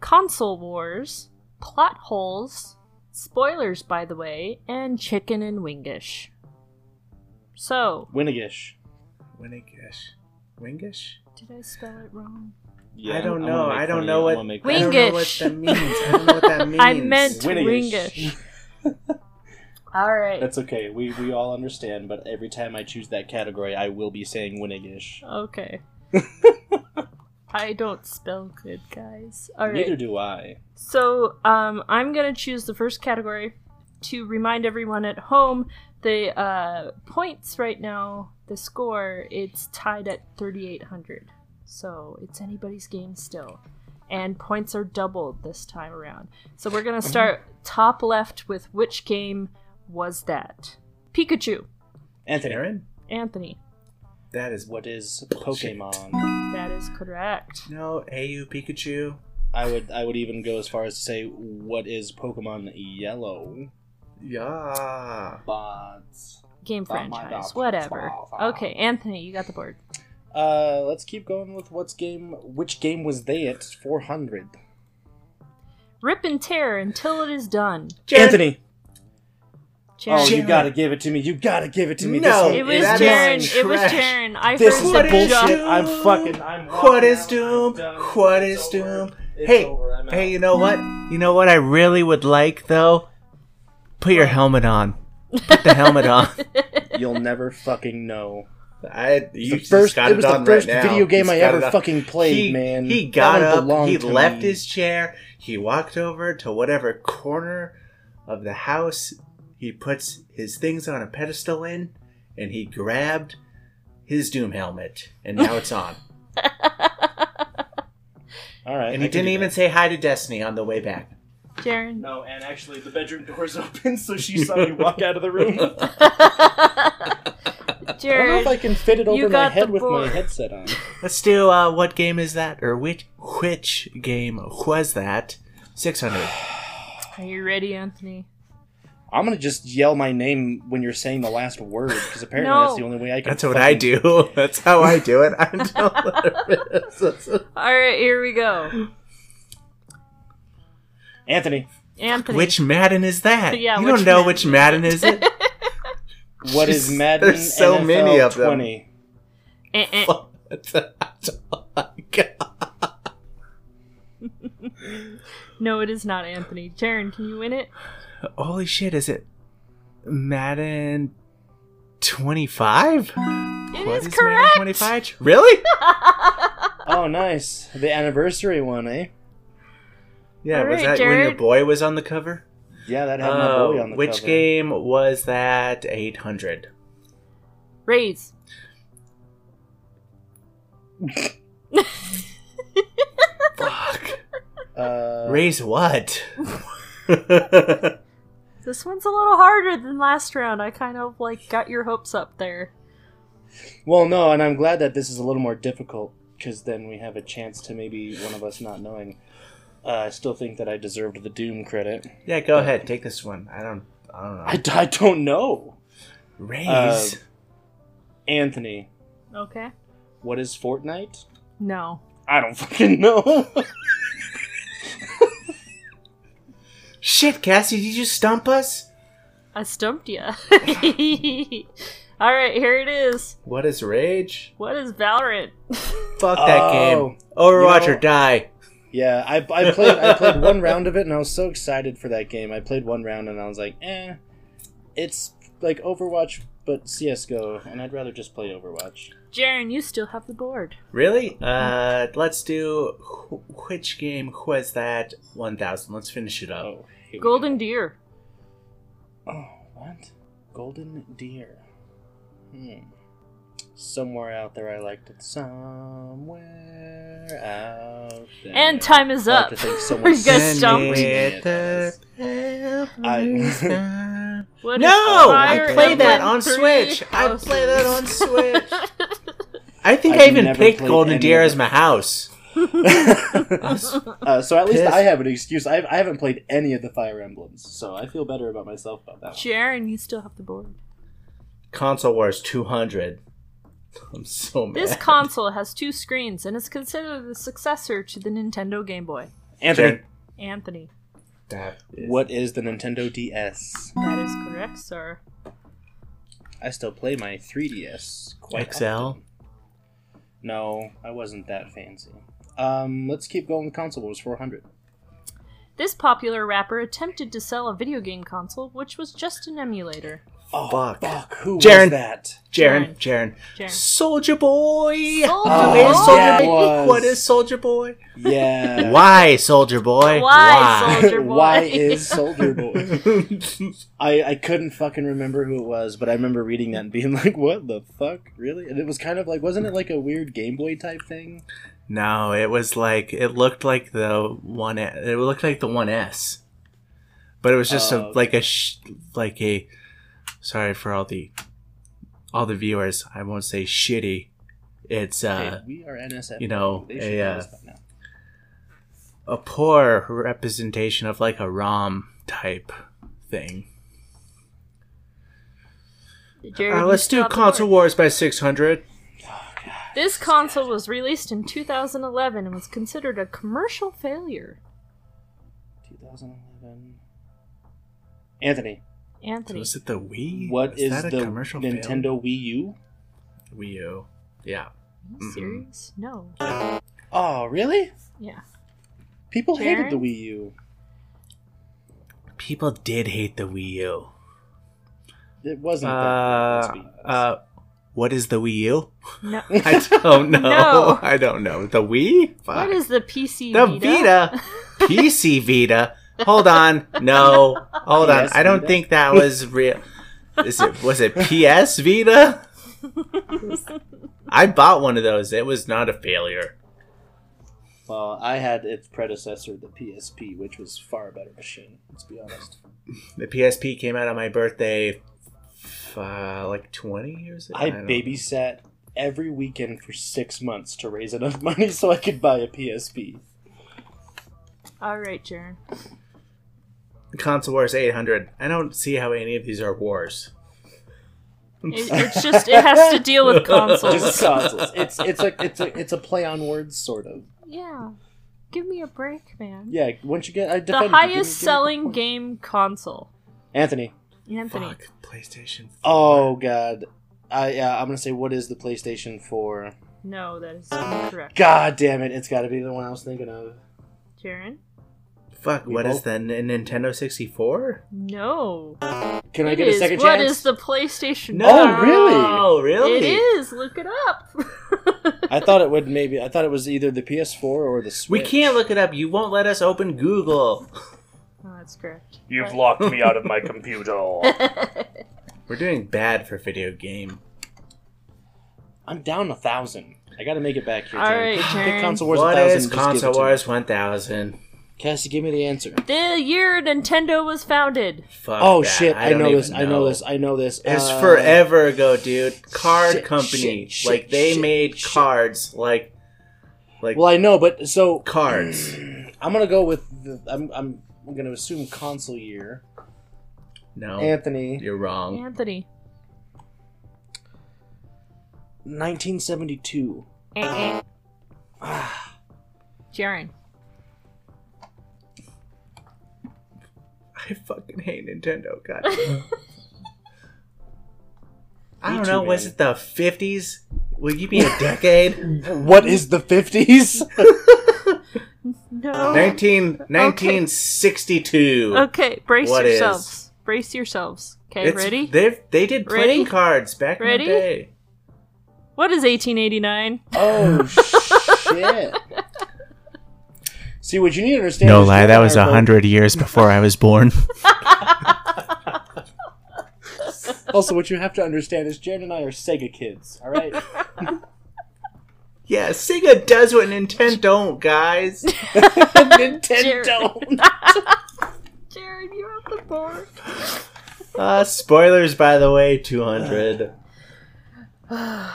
Console wars, plot holes, spoilers, by the way, and chicken and wingish. So, Winnigish. Wingish. Wingish? did I spell it wrong? Yeah, I don't I'm- I'm know. gonna make I fun of don't you. know I'm what. gonna make I fun of you. don't know what Wingish. I meant that means. I don't know what that means. Wingish. wingish. All right. That's okay. We we all understand, but every time I choose that category, I will be saying Winnigish. okay. I don't spell good, guys. All right. Neither do I. So um, I'm going to choose the first category to remind everyone at home the uh, points right now, the score, it's tied at 3,800. So it's anybody's game still. And points are doubled this time around. So we're going to Mm-hmm. start top left with which game was that? Pikachu, Anthony, Aaron? Anthony. That is what is Pokemon? That is correct. No, AU Pikachu. I would I would even go as far as to say what is Pokemon Yellow? Yeah. Bots. Game Bop Oh my franchise, bop, whatever. bop, bop. Okay, Anthony, you got the board. Uh, let's keep going with what's game. Which game was they at four hundred? Rip and tear until it is done. Anthony. Oh, Jaren. you Jared. gotta give it to me! You gotta give it to me! No, this it was That is Jaren. It was trash. Jaren. I This heard is that bullshit. job. I'm fucking. I'm. What walking is out. doom? I'm done. What It's is over. doom? It's Hey, over. I'm out. hey, you know what? You know what I really would like though? Put your helmet on. Put the helmet on. You'll never fucking know. I It's you the just first, got it was it the on first right now. video game He's I got it ever on. fucking played, He- man. He That got one up, belonged he to left me. his chair, he walked over to whatever corner of the house he puts his things on a pedestal in, and he grabbed his Doom helmet, and now it's on. All right, and I he can didn't do even that. say hi to Destiny on the way back. Jaren. No, and actually, the bedroom door's open, so she saw me walk out of the room. I don't know if I Jared, can fit it You over my got the head with my board. headset on. Let's do uh, what game is that, or which which game was that? Six hundred. are you ready, Anthony? I'm gonna just yell my name when you're saying the last word, because apparently No. that's the only way I can. That's what I do. That's how I do it. I'm so All right, here we go. Anthony, Anthony. Which Madden is that? Yeah, you which don't know Madden which Madden is it? what is Jeez, Madden there's so NFL many of them. 20? Eh, eh. oh my god. No, it is not Anthony. Jaren, can you win it? Holy shit, is it Madden 25? It is What is Madden correct. 25? Really? Oh, nice. The anniversary one, eh? Yeah, All was right, that when your Jared. boy was on the cover? Yeah, that had my Uh, boy on the which cover. game was that 800? Raise. Fuck. Uh, Raise what? This one's a little harder than last round. I kind of like got your hopes up there. Well, no, and I'm glad that this is a little more difficult because then we have a chance to maybe one of us not knowing. Uh, I still think that I deserved the Doom credit. yeah, go ahead, take this one. I don't I don't know. uh, I, uh, I don't know. Raise. Anthony, Okay. what is Fortnite? No. I don't fucking know. Shit, Cassie, did you stump us? I stumped ya. All right, here it is. What is rage? What is Valorant? Fuck that Oh, game. Overwatch you know- or die. yeah, I, I played I played one round of it and I was so excited for that game. I played one round and I was like, eh, it's like Overwatch but CS:GO, and I'd rather just play Overwatch. Jaren, you still have the board. Really? Uh, let's do wh- which game was that? One thousand. Let's finish it up. Oh, here we go. Golden Deer. Oh, what? Golden deer. Hmm. Somewhere out there, I liked it. Somewhere out there. And time is I like up. to think Are someone you guys sent stumped? me- It the I- What is no, Fire I play that Emblem on Three Switch. I Houses? play that on Switch. I think I've I even never picked played Golden any Deer of as it. my house. uh, so at least Pissed. I have an excuse. I, I haven't played any of the Fire Emblems, so I feel better about myself about that. Jaren, you still have the board. Console Wars two hundred. I'm so mad. This console has two screens and is considered the successor to the Nintendo Game Boy. One. Anthony, Jared, Anthony, that is- what is the Nintendo DS? that is correct, sir. I still play my 3DS quite XL? often. No, I wasn't that fancy. Um, let's keep going. with Console Wars 400. This popular rapper attempted to sell a video game console, which was just an emulator. Oh, Fuck. fuck. Who Jaren. was that? Jaren, Jaren, Jaren. Soldier Boy. Soulja What is Boy? Soulja yeah, it Boy? was. What is Soldier Boy? Yeah. Why, Soldier Boy? Why, Soulja Boy? Why is Soldier Boy? I, I couldn't fucking remember who it was, but I remember reading that and being like, what the fuck? Really? And it was kind of like, wasn't it like a weird Game Boy type thing? No, it was like it looked like the one. It looked like the one S, but it was just Oh, a okay. like a sh- like a. Sorry for all the, all the viewers. I won't say shitty. It's Hey, uh, we are NSF. you know, They should a, know uh, this by now. a poor representation of like a ROM type thing. Jared, Uh, you let's still do have the console board. wars by six hundred. Oh, This console was released in 2011 and was considered a commercial failure. 2011. Anthony, Anthony, Was it the Wii? what Is is, that a the commercial fail? Nintendo Wii U? Wii U? Yeah. are you serious? No. Oh, really? Yeah. People hated the Jaren? Wii U. People did hate the Wii U. It wasn't. that bad, Uh, let's be honest. uh, what is the Wii U? No. I don't know. No. I don't know. The Wii? Fuck. What is the PC? the Vita? PC Vita. Hold on. No. Hold on. PS I don't Vita? think that was real. Is it was it PS Vita? I bought one of those. It was not a failure. Well, I had its predecessor, the PSP, which was far a better machine. Let's be honest. The PSP came out on my birthday uh, like 20 years ago. I, don't- babysat every weekend for six months to raise enough money so I could buy a PSP. All right, Jaren. Console Wars 800. I don't see how any of these are wars. It, it's just it has to deal with Just consoles. consoles. It's it's a it's a it's a play on words, sort of. yeah. Give me a break, man. Yeah. Once you get I the defended you. Give me- give me- highest selling game console. Anthony. Anthony. Fuck. PlayStation 4. Oh God. I uh, I'm gonna say what is the PlayStation for? No, that is incorrect. God damn it! It's got to be the one I was thinking of. Jaren? Fuck, We what is both- that? N- Nintendo 64? No. Can I It get a is- second What chance? is the PlayStation? No. Oh, really? Oh, really? It is. Look it up. I thought it would maybe. I thought it was either the PS4 or the We Switch. can't look it up. You won't let us open Google. oh, that's correct. You've locked me out of my computer. We're doing bad for video game. I'm down a thousand. I got to make it back here. All Jaren. right, Pick- pick Jaren. Console Wars what 1000, is just give it Console to me. Wars 1000? Cassie, give me the answer. The year Nintendo was founded. Fuck. Oh that. shit! I, don't know even this. I know this. I know this. It's Uh, forever ago, dude. Card shit, company. shit, shit, like they shit, made shit. cards. Like, like Well, I know, but so cards. I'm gonna go with. The, I'm I'm I'm gonna assume console year. No, Anthony, you're wrong. Anthony. 1972. Eh, eh. Jaren. I fucking hate Nintendo. God. I Me don't too, know. Was man. it the 50s? Would you be a decade? What is the 50s? No. 19, 1962. Okay, brace What is? yourselves. Brace yourselves. Okay, It's- ready? They they did playing Ready? cards back Ready? in the day. What is 1889? oh shit! See what you need to understand. is you and I are both- years before I was born. Also, what you have to understand is Jan and I are Sega kids. All right. yeah, Sega does what Nintendo don't, guys. Nintendo. Jaren, you're off the board. Uh, spoilers, by the way, two hundred. All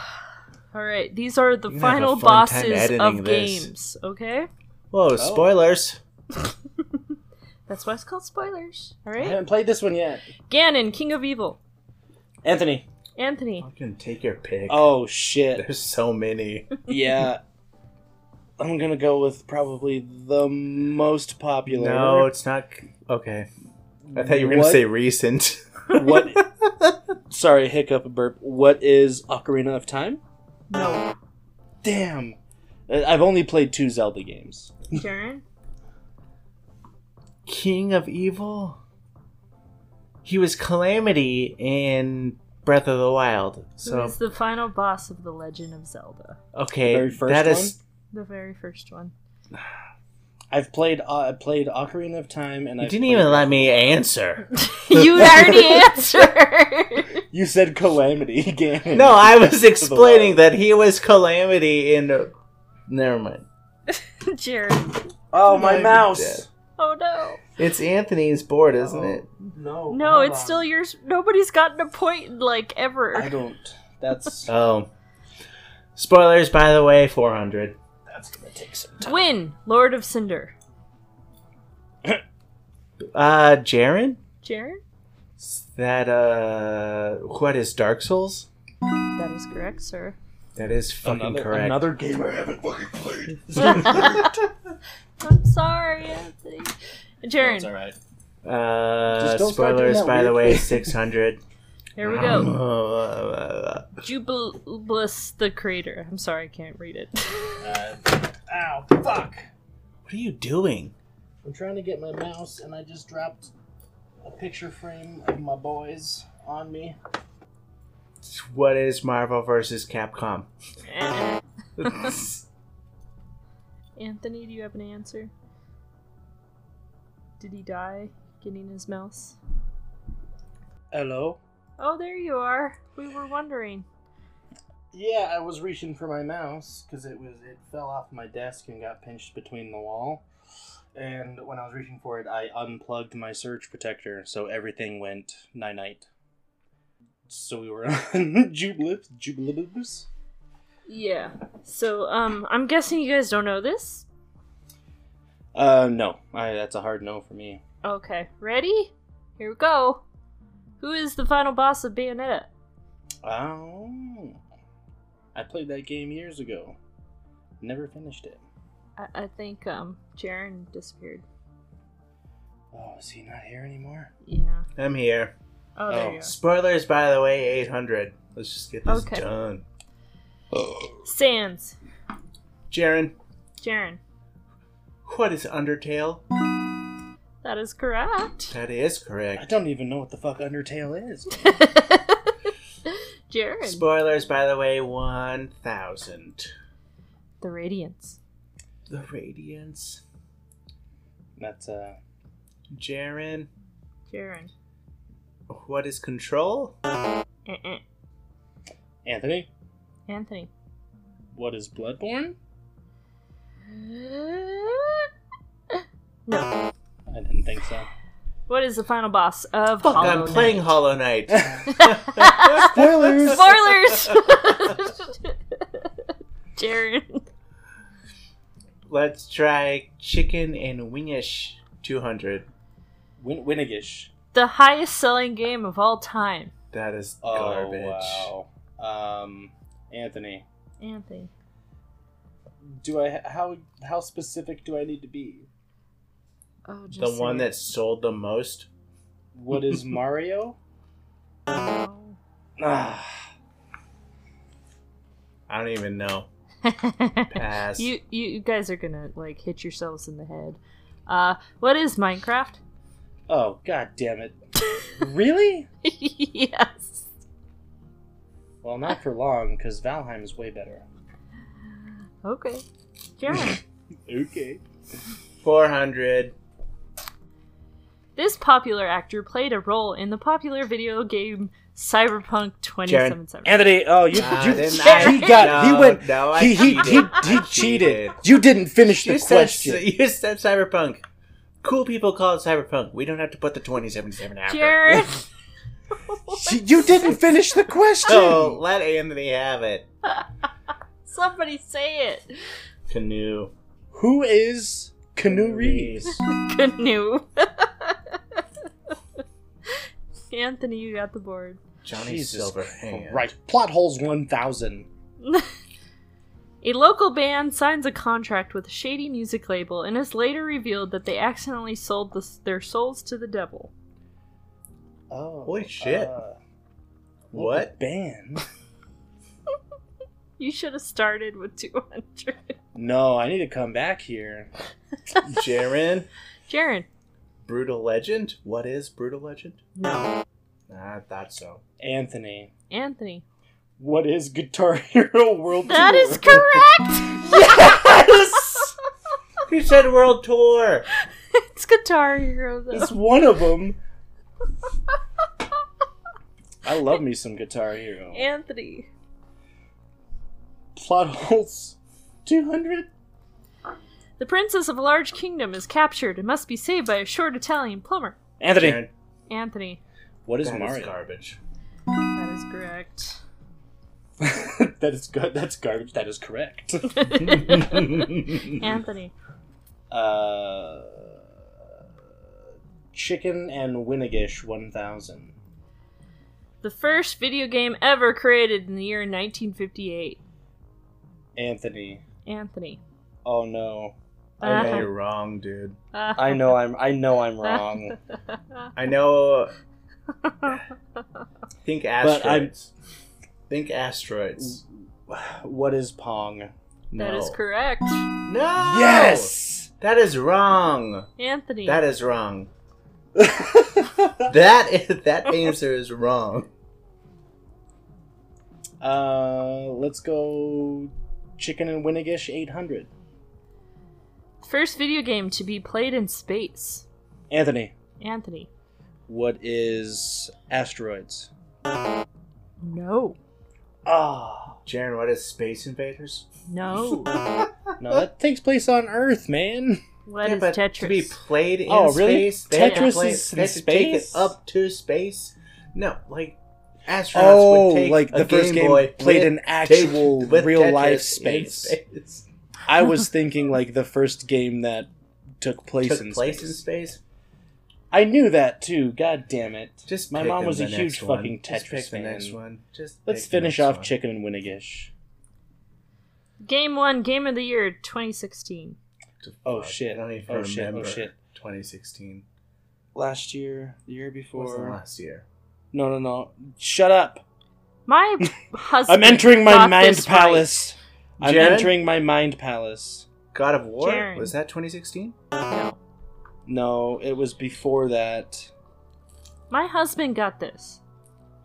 right, these are the You have a final fun time bosses editing of this. games. Okay, Whoa, spoilers! that's why it's called spoilers. All I right, haven't played this one yet. Ganon, King of Evil. Anthony. Anthony, Fucking take your pick. Oh shit. There's so many. Yeah. I'm gonna go with probably the most popular. No, it's not. Okay, I thought you were gonna What? say recent. What? Sorry, hiccup burp. What is Ocarina of Time? Uh, no. Damn. I- I've only played two Zelda games. Jaren, king of evil? He was Calamity in Breath of the Wild. So, So Who's the final boss of The Legend of Zelda? okay, The very first that is The very first one. I've played uh, I played Ocarina of Time, and you I didn't even let me answer. you already answered. You said Calamity again. No, I was Breath of the explaining Wild. that he was Calamity in. Never mind. Jared. Oh, my my dead. mouse. Oh no. It's Anthony's board, isn't it? No. No, it's still yours. Nobody's gotten a point, like, I ever. don't. That's Oh, spoilers by the way, four hundred. that's gonna take some. Win, Lord of Cinder. Uh, Jaren, Jared? Is that uh, what is Dark Souls? That is correct, sir. That is fucking Another, correct. another game I haven't fucking played. I'm sorry, Anthony. Jared, That's all right. Uh, Just don't start doing spoilers, that by the weird way, thing. six hundred. here we go. Uh, Jubilus the creator. I'm sorry, I can't read it. Ow, fuck. What are you doing? I'm trying to get my mouse, and I just dropped a picture frame of my boys on me. What is Marvel versus Capcom? Eh. Anthony, do you have an answer? Did he die getting his mouse? Hello. Oh, there you are. We were wondering. Yeah, I was reaching for my mouse because it was it fell off my desk and got pinched between the wall. And when I was reaching for it, I unplugged my surge protector, so everything went night night. So we were on Jubilip Jubilibus. Yeah. So, um, I'm guessing you guys don't know this. Uh, no, I, that's a hard no for me. Okay, ready? Here we go. Who is the final boss of Bayonetta? Oh, I played that game years ago. Never finished it. I, I think um Jaren disappeared. Oh, is he not here anymore? Yeah. I'm here. Oh, there you go. Spoilers, by the way, eight hundred. Let's just get this Okay. done. Sans. Jaren, Jaren. what is Undertale? That is correct. That is I correct. don't even know what the fuck Undertale is. Jaren. Spoilers, by the way, one thousand. the Radiance. The Radiance. That's uh, Jaren, Jaren. what is Control? Uh-uh. Anthony. Anthony. What is Bloodborne? No. I didn't think so. What is the final boss of Fuck, Hollow I'm playing Knight? Hollow Knight. Spoilers. Spoilers! Jaren. Let's try Chicken and Wingish 200. Win- Winnigish. The highest selling game of all time. That is Oh garbage. wow. Um, Anthony, Anthony. do I how how specific do I need to be? Oh, just The one say that sold the most. What is Mario? it. Ah, I don't even know. Pass. you, you you guys are gonna like hit yourselves in the head. Uh, what is Minecraft? oh god damn it! really? yes. Well, not for long because Valheim is way better. Okay. Jaren. Okay. 400. this popular actor played a role in the popular video game Cyberpunk 2077. Anthony, oh you, Ah, you then I- he got he no, went no, I he he he, cheated. I he cheated. cheated. You didn't finish You the said, question. you said Cyberpunk. Cool people call it Cyberpunk. We don't have to put the 2077 after. Jaren. you didn't finish the question. So let Anthony have it. Somebody say it. Canoe. Who is Canoe Reeves? Canoe. Anthony, you got the board. Johnny Silverhand. Right. Plot holes 1000. A local band signs a contract with a shady music label and is later revealed that they accidentally sold the, their souls to the devil. Oh. Holy shit. uh, What? Ban? You should have started with 200. No, I need to come back here. Jaren. Jaren, Brutal Legend? What is Brutal Legend? No. I thought so. Anthony, Anthony. what is Guitar Hero World That Tour? is correct! Yes! you said World Tour! it's Guitar Hero, though. It's one of them. I love me some Guitar Hero. Anthony. Plot holes 200? The princess of a large kingdom is captured and must be saved by a short Italian plumber. Anthony, Jared, Anthony. what is that is Mario? garbage. That is correct. that is gar- that's garbage. That is correct. Anthony. uh, Chicken and Winnegish 1000. The first video game ever created in the year 1958. Anthony. Anthony. Oh no. I know Uh-huh. you're wrong, dude. Uh, I know I'm I know I'm wrong. I know. uh, Think But I'm- asteroids. Think asteroids. what is Pong? That No. is correct. No! Yes. That is wrong. Anthony. That is wrong. That is, that answer is wrong. Uh, let's go Chicken and Winnegish 800. First video game to be played in space. Anthony, Anthony. what is asteroids? No. Ah, Jaren, what is Space Invaders? No. no, that takes place on Earth, man. What Yeah, is but Tetris? To be played in Oh, really? space, they have to Tetris play- is they in have to take it space? up to space. No, like astronauts Oh, would take like a the first Game game Boy played with- in take- actual with real Tetris life in space. space. I was thinking like the first game that took place Took in place space. in space. I knew that too. God damn it! Just my pick mom the- was a the next huge one. fucking Just pick Tetris the fan. next one. Just Let's pick the finish next off one. Chicken and Winnegish. Game one, game of the year, 2016. Oh, Fuck, shit. I don't even Oh, shit. Oh, remember. shit. 2016. Last year, the year Wasn't before. last year. No, no, no! Shut up! My husband. I'm entering my got mind this palace. I'm Jared? entering my mind palace. God of War Jaren. was that 2016? right. No. No, it was before that. My husband got this.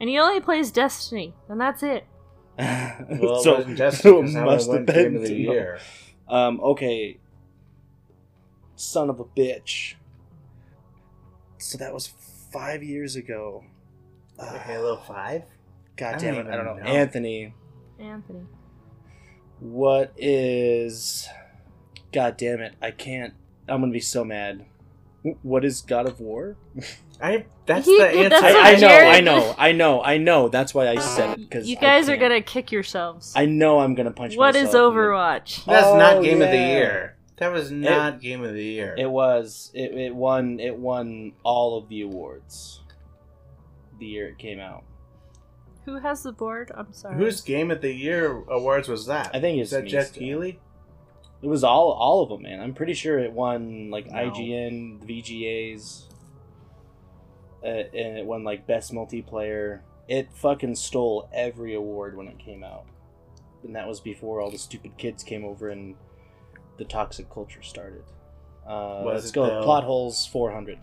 And he only plays Destiny, and that's it. Well, it wasn't just so it because I must won have Game been of the to know. year. Um, okay. Son of a bitch. So that was five years ago. Ah, Halo Five. God I damn don't it! I don't know. even know. Anthony, Anthony. what is? God damn it! I can't. I'm gonna be so mad. Wh- What is God of War? I that's He the did- answer. that's what I, I know, Jared- I know, I know, I know. That's why I said it because Um, You guys I are can't. gonna kick yourselves. I know I'm gonna punch. What is myself in the- Overwatch? That's Oh, not game of the yeah. year. That was not game of the year. It was. It, it won. It won all of the awards. The year it came out. Who has the board? I'm sorry. Whose game of the year awards was that? I think it's was that me Jeff still. Keighley. It was all all of them, man. I'm pretty sure it won like No. IGN, the VGAs, uh, and it won like best multiplayer. It fucking stole every award when it came out, and that was before all the stupid kids came over and the toxic culture started. Uh, Was let's it go though? plot holes 400.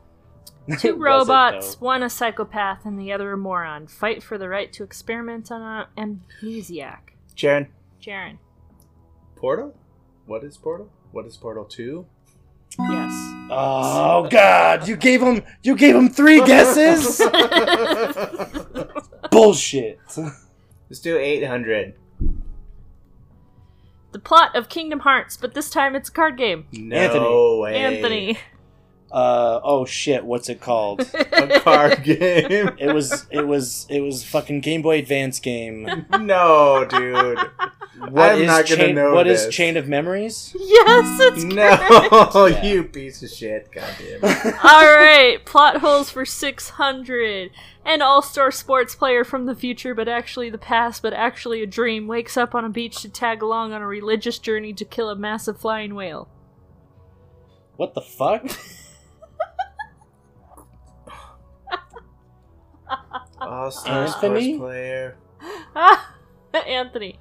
Was Two it, robots, though? one a psychopath and the other a moron, fight for the right to experiment on a amnesiac. Jaren Jaren. Portal. What is Portal? What is Portal Two? Yes. Oh God! You gave him you gave him three guesses. Bullshit. Let's do eight hundred. The plot of Kingdom Hearts, but this time it's a card game. No Anthony. way. Anthony. Uh oh shit! What's it called? A card game. It was it was it was fucking Game Boy Advance game. no, dude. What I'm is not gonna chain, know what is this. Chain of Memories? yes, it's correct. No, Yeah. you piece of shit. God damn it. Alright, plot holes for 600. An all star sports player from the future, but actually the past, but actually a dream, wakes up on a beach to tag along on a religious journey to kill a massive flying whale. What the fuck? All star Anthony? sports player. Ah, Anthony.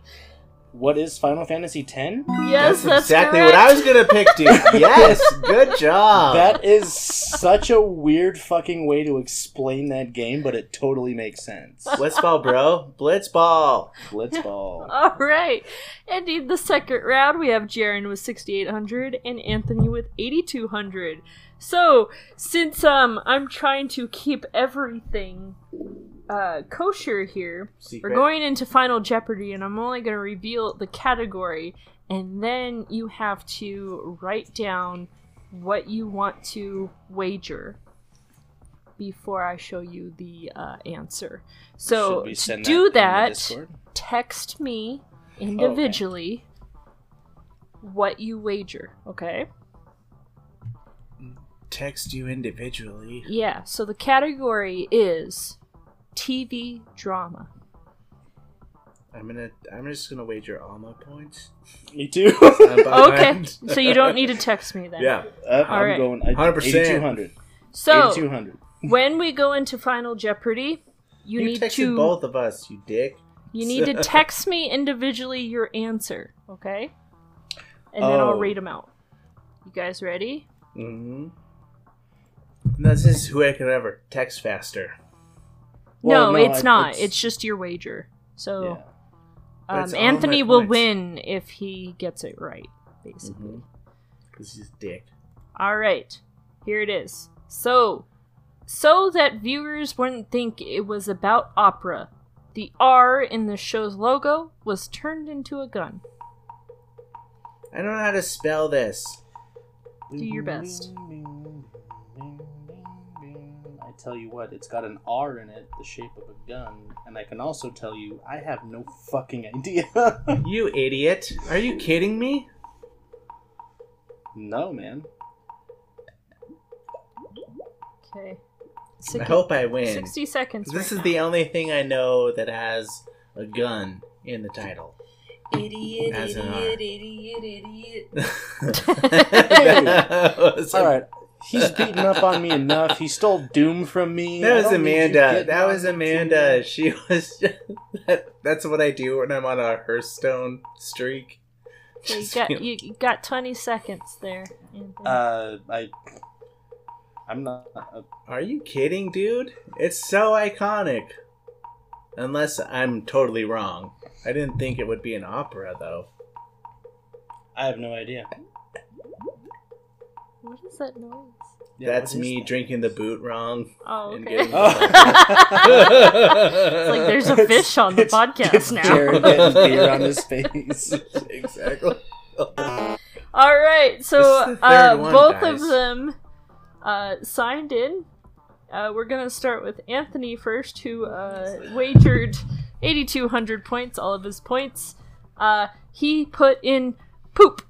What is Final Fantasy X? Yes, that's, exactly correct. what I was gonna pick, dude. yes, good job. That is such a weird fucking way to explain that game, but it totally makes sense. Blitzball, bro. Blitzball. Blitzball. All right. Ending the second round, we have Jaren with 6,800 and Anthony with 8,200. So, since um, I'm trying to keep everything uh, kosher here, Secret. we're going into Final Jeopardy, and I'm only going to reveal the category, and then you have to write down what you want to wager before I show you the uh, answer. So, Should we to send do in the that Discord? Oh, text me individually what you wager, okay? Text you individually. Yeah, so the category is TV drama. I'm gonna. I'm just gonna wager all my points. Me too. I'm Okay, behind. so you don't need to text me then. yeah. Uh, I'm right. going 100%. 8200. So 8200. when we go into Final Jeopardy, you, You, need texted to both of us, you dick. you need to text me individually your answer, okay? And then I'll Oh. read them out. You guys ready? Mm-hmm. This is who I can ever text faster. Well, no, no, it's I- not. It's... it's- just your wager. So Yeah. Um, That's all Anthony my will points. win if he gets it right, basically. Mhm. This is dick. All right, here it is. So, so that viewers wouldn't think it was about opera, the R in the show's logo was turned into a gun. I don't know how to spell this. Do your best. I tell you what, it's got an R in it, the shape of a gun, and I can also tell you I have no fucking idea. You idiot! Are you kidding me? no, man. Okay. I Six- hope I win. Sixty seconds. This right is now. the only thing I know that has a gun in the title. Idiot, As an R. idiot, idiot, idiot. that was, All right, he's beaten up on me enough. He stole Doom from me. That I was don't need you Amanda. getting That on was me, Amanda. dude. She was. that, that's what I do when I'm on a Hearthstone streak. So you Just got feel- you, you got twenty seconds there. Anthony. Uh, I. I'm not. Uh, Are you kidding, dude? It's so iconic. Unless I'm totally wrong. I didn't think it would be an opera, though. I have no idea. what is that noise? Yeah, That's what is me that? drinking the boot wrong. Oh, And okay. getting- it's like there's a fish on the It's- it's podcast now. Jared getting beer on his face. exactly. All right, so This is the uh, third one, both guys. of them uh, signed in. Uh, we're gonna start with Anthony first, who uh, wagered 8,200 points, all of his points. Uh, he put in poop.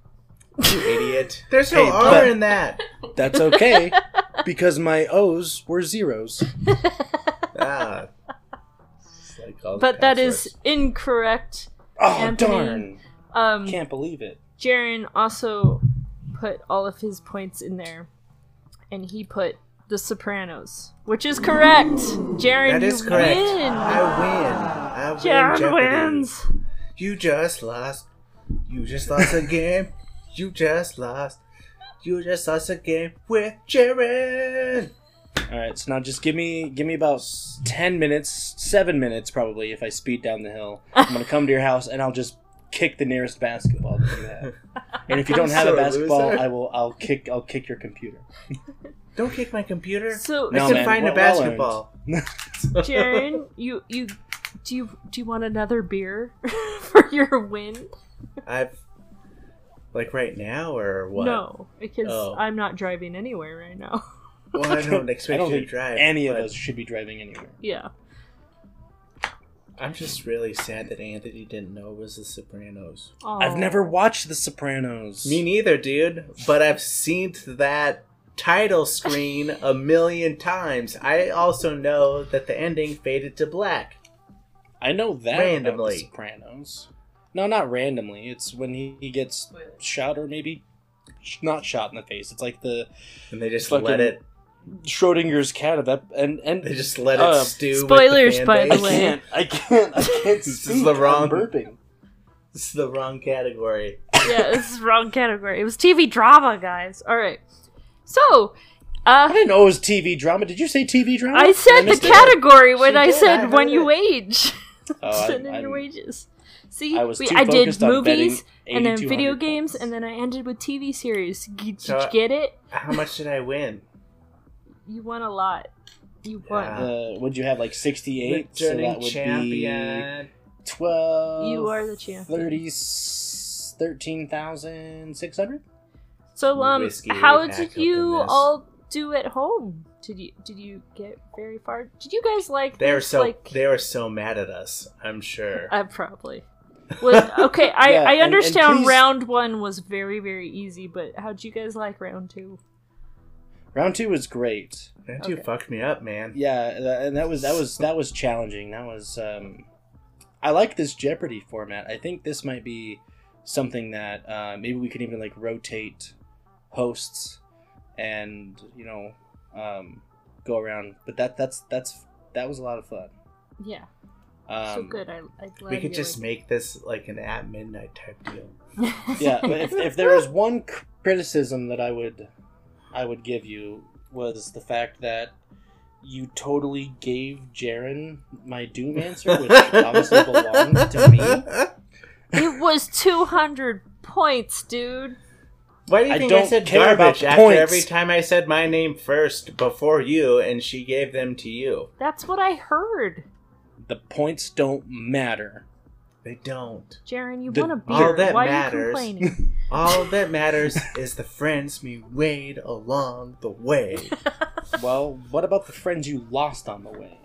You idiot. There's no Hey, R but- in that. That's okay, because my O's were zeros. Ah. It's like all the But that passwords. is incorrect. Oh Anthony. darn! Um, Can't believe it. Jaren also put all of his points in there, and he put The Sopranos, which is correct. Jaren, That you is correct. win. I win. I win. Jaren Jeopardy. wins. You just lost. You just lost a game. You just lost. You just lost a game with Jared. All right, so now just give me give me about ten minutes, seven minutes probably, if I speed down the hill. I'm gonna come to your house and I'll just kick the nearest basketball that you have. And if you don't have a Sore basketball, loser. I will. I'll kick. I'll kick your computer. Don't kick my computer. So- I No, can man. find a Well- well earned. basketball. Jaren, you you do you do you want another beer for your win? I've like right now or what? No, because Oh. I'm not driving anywhere right now. Well, I don't expect I don't you think to drive. any of but us should be driving anywhere. yeah. I'm just really sad that Anthony didn't know it was The Sopranos. Aw. I've never watched The Sopranos. Me neither, dude. But I've seen that title screen a million times. I also know that the ending faded to black. I know that Randomly. about The Sopranos. No, not randomly. It's when he, he gets shot or maybe sh- not shot in the face. It's like the And they just Fucking- let it. Schrodinger's cat of that and and They just let it Uh, stew. with spoilers, the fan by the I base. way. can't. I can't. I can't. This is speak, the I'm wrong- burping. This is the wrong category. yeah, this is wrong category. It was TV drama, guys. All right. So, I Uh, didn't know it was TV drama. Did you say TV drama? I said the missed it? category when She I did, said I when heard you it. age. Oh, I- Send in I- your wages. See, I was we, too I did focused on betting movies and then 8,200 video games points. and then I ended with TV series. G- Did So, you get it? How much did I win? You won a lot. You won. Yeah. Uh, would you have like 68? So Returning that would be champion. 12. You are the champion. 30, 13,600? So um, Whiskey how pack up did in you this. all do at home? Did you did you get very far? Did you guys like? They were this, so like, they were so mad at us. I'm sure. uh, probably. Was, okay, I, Yeah, I and- and understand please- round one was very very easy, but how'd you guys like round two? Round two was great. that dude okay. fucked me up, man. Yeah, tha- and that was that was that was challenging. That was um, I like this Jeopardy format. I think this might be something that uh, maybe we could even like rotate hosts and you know um, go around. But that that's that's that was a lot of fun. Yeah, Um, so good. I I glad we could you just liked make this like an at midnight type deal. it. yeah but if, if there was one cr- criticism that i would i would give you was the fact that you totally gave Jaren my doom answer, which obviously belongs to me. It was 200 points, dude. Why do you I think I don't said care about garbage the after points. every time I said my name first before you, and she gave them to you? That's what I heard. The points don't matter. They don't. Jaren, you The- want a beer. all that Why are you matters- complaining? All that matters is the friends we made along the way. Well, what about the friends you lost on the way?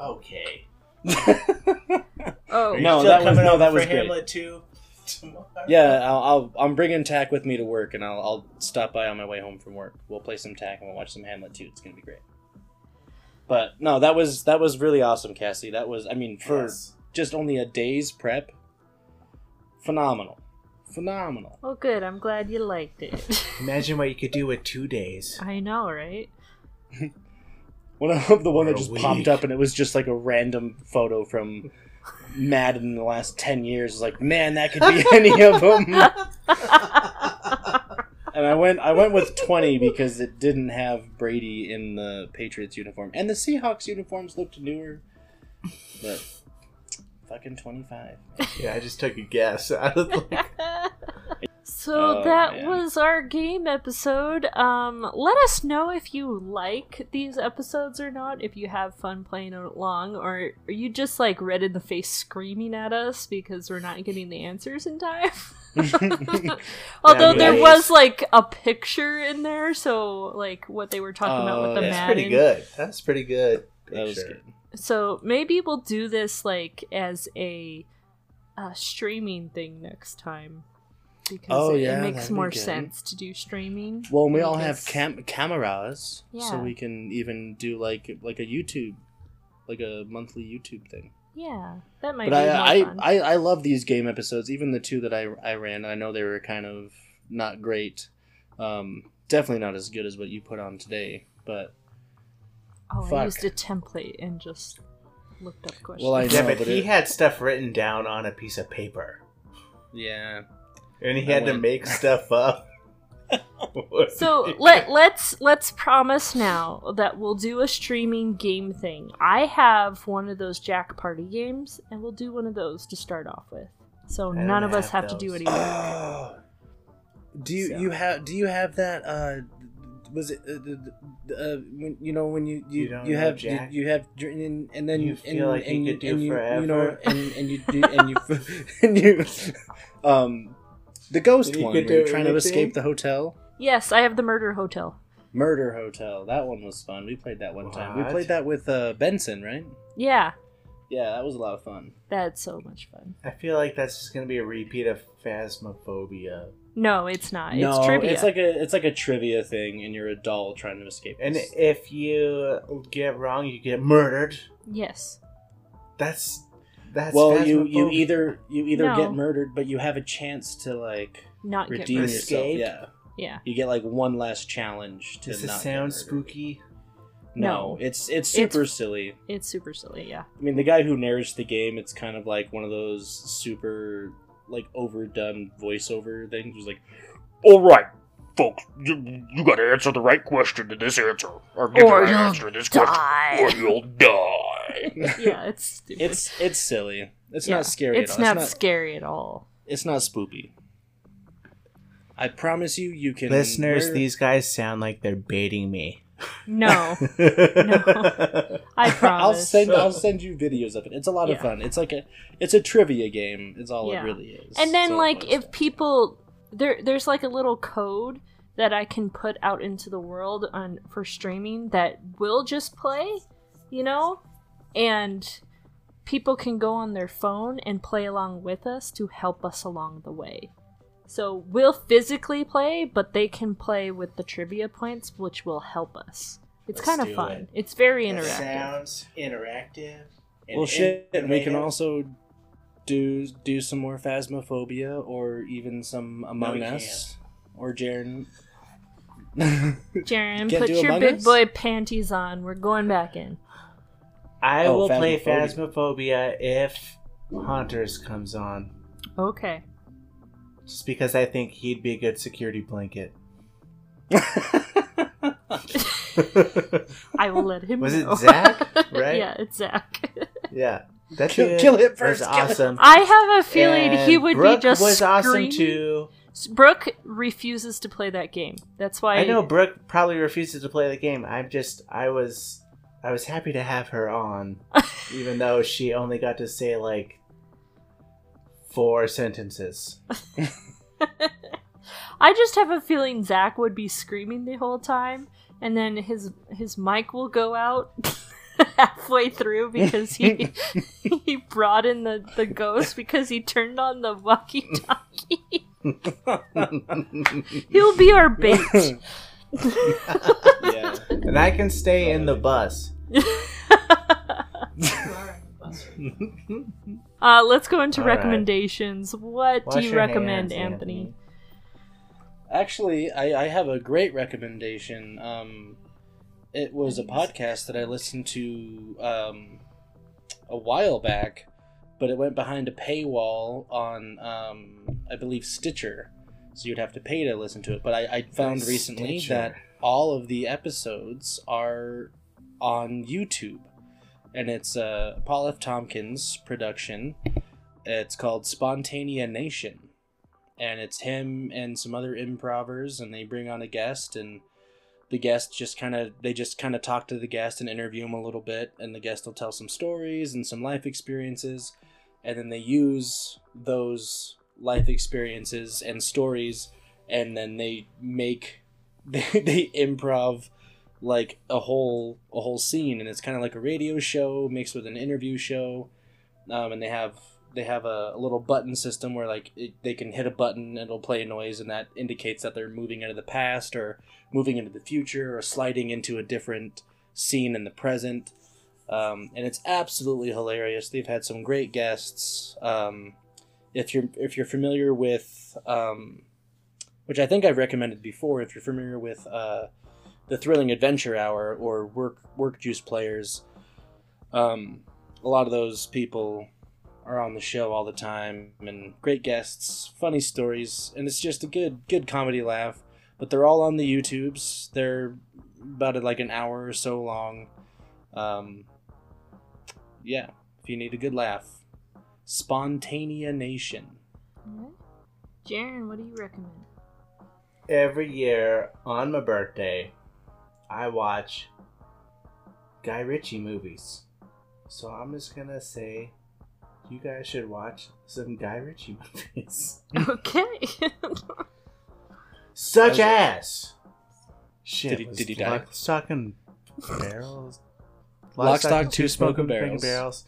Okay. Oh, Are you No, still that was- coming no, over that was for great. Hamlet too. Tomorrow? Yeah, I'll, I'll, I'm bringing tack with me to work, and I'll, I'll stop by on my way home from work. We'll play some tack and we'll watch some Hamlet too. It's gonna be great. But no, that was that was really awesome, Cassie. That was, I mean, for Yes. just only a day's prep. Phenomenal. Phenomenal. well, good. I'm glad you liked it. Imagine what you could do with two days. I know, right? What I love the one that What a just week. popped up and it was just like a random photo from Madden in the last 10 years. It's like, man, that could be any of them. and I went I went with 20 because it didn't have Brady in the Patriots uniform. And the Seahawks uniforms looked newer. But fucking 25. Yeah, I just took a guess. I was like, So Oh, that man. was our game episode. Um, let us know if you like these episodes or not. If you have fun playing along, or are you just like red in the face screaming at us because we're not getting the answers in time? Although Yeah, there that was is- like a picture in there, so like what they were talking about Oh, with the yeah. that's Madden. pretty good. That's pretty good. That was picture. good. So maybe we'll do this like as a, uh streaming thing next time because Oh, it, it yeah, makes that'd be more good. sense to do streaming. Well, and we I all guess. have cam- cameras, so Yeah. we can even do like like a YouTube, like a monthly YouTube thing. Yeah, that might But be I more I, fun. I I love these game episodes, even the two that I I ran. I know they were kind of not great, um, definitely not as good as what you put on today. But oh, I fuck. used a template and just looked up questions. Well, I Yeah, know, but but he it- had stuff written down on a piece of paper, yeah, and he I had to went- make stuff up. so let let's let's promise now that we'll do a streaming game thing. I have one of those Jack Party games, and we'll do one of those to start off with. So I don't none of us have have to do those. any work. Oh! do you So. you have do you have that? Uh, was it uh, uh, uh, when you know when you you, You you, don't know, have you, Jack. you have dr- and, and then You and, feel like you and, could do and you, you know forever. and, and you do and you and you um the ghost You one could where you're do trying to anything? escape the hotel Yes, I have the Murder Hotel. murder hotel that one was fun we played that one time we What? played that with uh, Benson right Yeah, yeah that was a lot of fun that's so much fun. I feel like that's just gonna be a repeat of phasmophobia, No, it's not. no Uh, it's trivia. it's like a it's like a trivia thing and you're a doll trying to escape and this. if you get wrong, you get murdered. yes. That's that's well you you phasmophobia. either you either No. get murdered but you have a chance to like Not get redeem murdered. yourself Escape? yeah Yeah. you get like one last challenge to Does it not get sound murdered. spooky? No. no it's It's- it's super silly It's super silly, yeah. I mean, the guy who narrates the game, it's kind of like one of those super, like, overdone voiceover things. It was like, All right, folks, you, you gotta answer the right question to this answer, or give Or an you'll answer to this question, or you'll die. yeah, it's stupid. It's it's silly. It's Yeah. not scary It's at all. not, it's not scary at all. it's not spoopy. I promise you, you can Listeners, wear- these guys sound like they're baiting me. No, I promise. I'll send I'll send you videos of it. It's a lot Yeah. of fun. It's like a it's a trivia game. It's all Yeah. it really is. And then So like it's- if people there there's like a little code that I can put out into the world on for streaming that will just play, you know? And people can go on their phone and play along with us to help us along the way. So we'll physically play, but they can play with the trivia points which will help us. It's Let's kind of do fun. it. It's very interactive. interactive. well shit, we can also do do some more phasmophobia or even some Among we Us or Jaren. Jaren, Can't put do your Among big Us? boy panties on. We're going back in. I Oh, will play Phasmophobia. Phasmophobia if Hunters comes on, Okay. just because I think he'd be a good security blanket. I will let him Was it know. Zach? Right? yeah, it's Zach. yeah, that's Kill- it. kill him That's first, kill him. awesome. I have a feeling he And would Brooke be just was awesome screaming- too. Brooke refuses to play that game. That's why I know Brooke probably refuses to play the game. I'm just I was I was happy to have her on, even though she only got to say like four sentences. I just have a feeling Zach would be screaming the whole time, and then his his mic will go out halfway through because he he brought in the the ghost because he turned on the walkie talkie. He'll be our bait. yeah. And I can stay in the bus. Uh, let's go into All right. recommendations. What Wash do you your recommend, hands, Anthony? Actually, I, I have a great recommendation. Um, it was a podcast that I listened to um, a while back, but it went behind a paywall on, um, I believe, Stitcher. So you'd have to pay to listen to it. But I, I found recently Stitcher. that all of the episodes are on YouTube. And it's uh, Paul F. Tompkins production. It's called Spontanea Nation and it's him and some other improvers and they bring on a guest and the guest just kind of they just kind of talk to the guest and interview him a little bit and the guest will tell some stories and some life experiences and then they use those life experiences and stories and then they make they, they improv like a whole a whole scene and it's kind of like a radio show mixed with an interview show um, and they have they have a, a little button system where like it, they can hit a button and it'll play a noise and that indicates that they're moving into the past or moving into the future or sliding into a different scene in the present um, and it's absolutely hilarious they've had some great guests um, if you're if you're familiar with um, which i think i've recommended before if you're familiar with uh, the thrilling adventure hour or work work juice players um, a lot of those people are on the show all the time and great guests funny stories and it's just a good good comedy laugh but they're all on the youtubes they're about like an hour or so long um, yeah if you need a good laugh spontanea nation Jaren, what do you recommend? Every year on my birthday, I watch Guy Ritchie movies. So I'm just gonna say, you guys should watch some Guy Ritchie movies, Okay. such Those are- as. Shit, Did he- was did he die? Lock, Stock, and barrels. Lock, Stock, Two Smoking Barrels.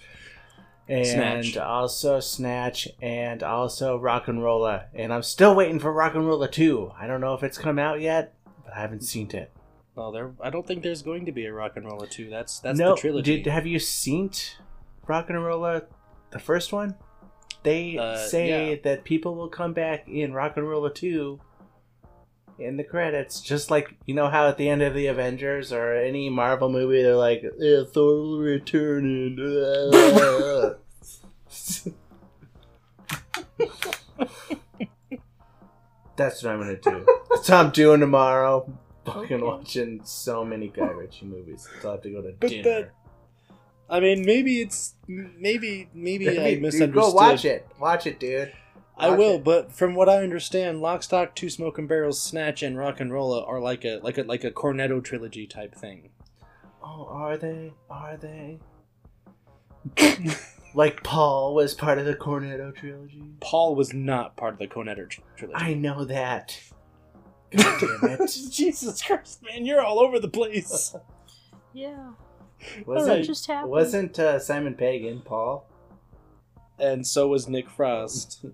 And Snatch. also Snatch and also Rock and Rolla. And I'm still waiting for Rock and Rolla 2. I don't know if it's come out yet, but I haven't seen it. well there i don't think there's going to be a rock and roller 2 that's that's no, the trilogy Did, have you seen t- Rock and Rolla, the first one? They Uh, say yeah. that people will come back in Rock and Rolla 2 in the credits, just like you know how at the end of the Avengers or any Marvel movie, they're like, eh, "Thor will return." in- That's what I'm gonna do. That's what I'm doing tomorrow. Fucking Okay. watching so many Guy Ritchie movies. So I have to go to But dinner. that- I mean, maybe it's maybe maybe I Dude, misunderstood. Go watch it. Watch it, dude. I Watch will, it. but from what I understand, Lock, Stock, Two Smoking Barrels, Snatch, and Rock and Rolla are like a like a like a Cornetto trilogy type thing. Oh, are they? Are they? like Paul was part of the Cornetto trilogy. Paul was not part of the Cornetto tr- trilogy. I know that. God damn it. Jesus Christ, man, you're all over the place. Yeah. What Wasn't just happened? wasn't uh, Simon Pegg in Paul? And so was Nick Frost.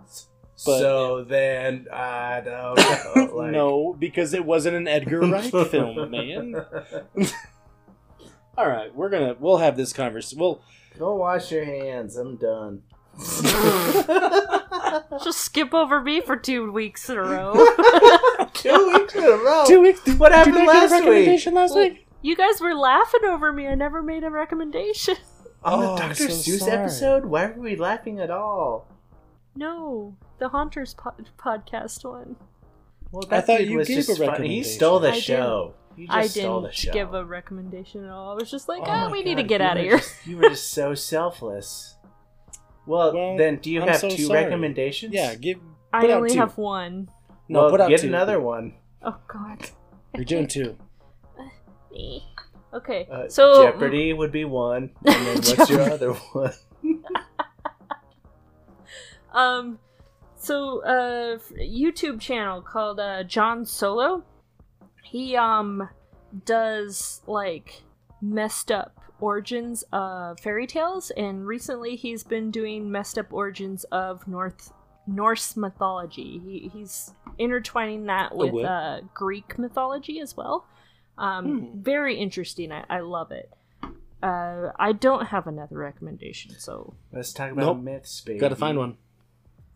so then I don't know. Like, no, because it wasn't an Edgar Wright film, man. All right, we're gonna we'll have this conversation. We'll Go wash your hands. I'm done. Just skip over me for two weeks in a row. Two weeks in a row. two weeks. Oh, What happened last week? last week? you guys were laughing over me. I never made a recommendation. On the Oh, I'm Dr. so Seuss sorry. episode, why were we laughing at all? No, the Haunters po- podcast one. Well, I thought dude you was gave just a funny. He recommendation. stole the I show. He just I stole the didn't show. give a recommendation at all. I was just like, Oh ah, my we need to God, get you out of were here. just- you were just so selfless. Well, Well, then, do you I'm have so two sorry. recommendations? Yeah, give. I put out only two. have one. No, well, put out get two. another one. Oh God. You're doing two. Okay, Uh, so Jeopardy would be one. And then what's your other one? Um, so uh, f- YouTube channel called uh, John Solo. He um does like messed up origins of fairy tales, and recently he's been doing messed up origins of North Norse mythology. He, he's intertwining that with what? uh, Greek mythology as well. Um, Hmm. very interesting. I, I love it. Uh, I don't have another recommendation, so Let's talk about Nope. myths, baby. Gotta find one.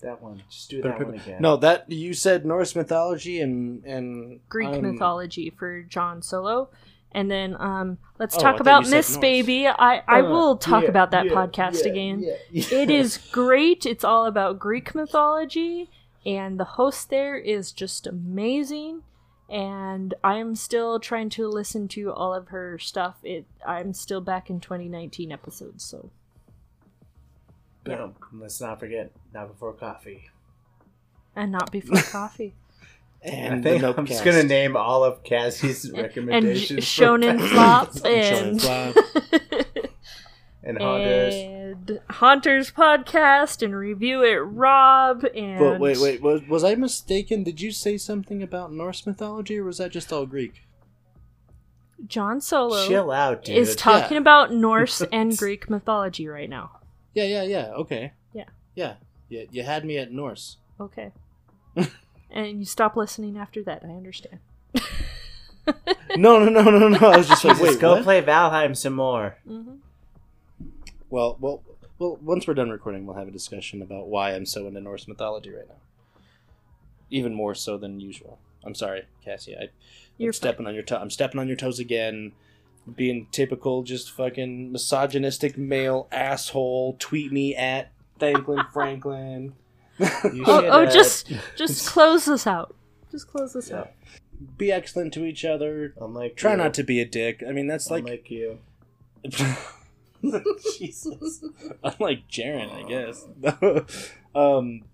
That one. Just do Better that pick one one. again. No, that you said Norse mythology and and um, Greek I'm- mythology for John Solo. And then um, let's Oh, I talk thought about you said Miss Norse. Baby. I, I Uh, will talk yeah, about that yeah, podcast yeah, again. yeah, yeah. It is great. It's all about Greek mythology, and the host there is just amazing. And I'm still trying to listen to all of her stuff. It I'm still back in 2019 episodes, so Boom. Let's not forget, not before coffee. and not before coffee And I think the I'm just Nopecast. gonna name all of Cassie's and J- recommendations. for Shonen that. Flop Shonen and Flop. and Honda's. and Haunters podcast and review it, Rob. And But wait, wait, was, was I mistaken? Did you say something about Norse mythology, or was that just all Greek? John Solo Chill out, dude. is talking Yeah. about Norse and Greek mythology right now. Yeah, yeah, yeah. Okay. Yeah. Yeah. You, you had me at Norse. Okay, and you stop listening after that. I understand. No, no, no, no, no. I was just like, Jesus, wait, go what? play Valheim some more. hmm Well, well, well. Once we're done recording, we'll have a discussion about why I'm so into Norse mythology right now. Even more so than usual. I'm sorry, Cassie. I, You're I'm stepping on your toe. I'm stepping on your toes again. Being typical, just fucking misogynistic male asshole. Tweet me at Franklin Franklin. You Oh, should, oh, uh, just just close this out. Just close this Yeah. out. Be excellent to each other. unlike Try you. not to be a dick. I mean, that's like unlike you. Jesus. Unlike Jaren, I guess. um,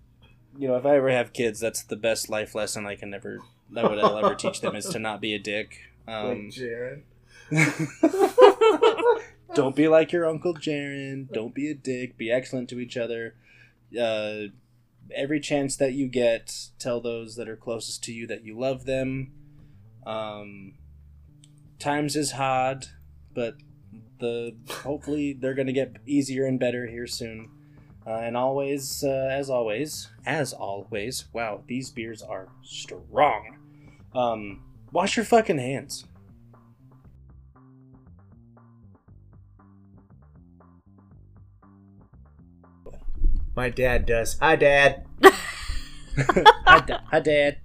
you know, if I ever have kids, that's the best life lesson I can ever that would I'll ever teach them is to not be a dick. Um, like Jared. don't be like your uncle Jaren. Don't be a dick. Be excellent to each other. Uh, every chance that you get, tell those that are closest to you that you love them. Um, times is hard, but the hopefully they're gonna get easier and better here soon. Uh, and always, uh, as always, as always, wow, these beers are strong. Um, wash your fucking hands. My dad does. Hi, Dad. hi, Da- hi, Dad.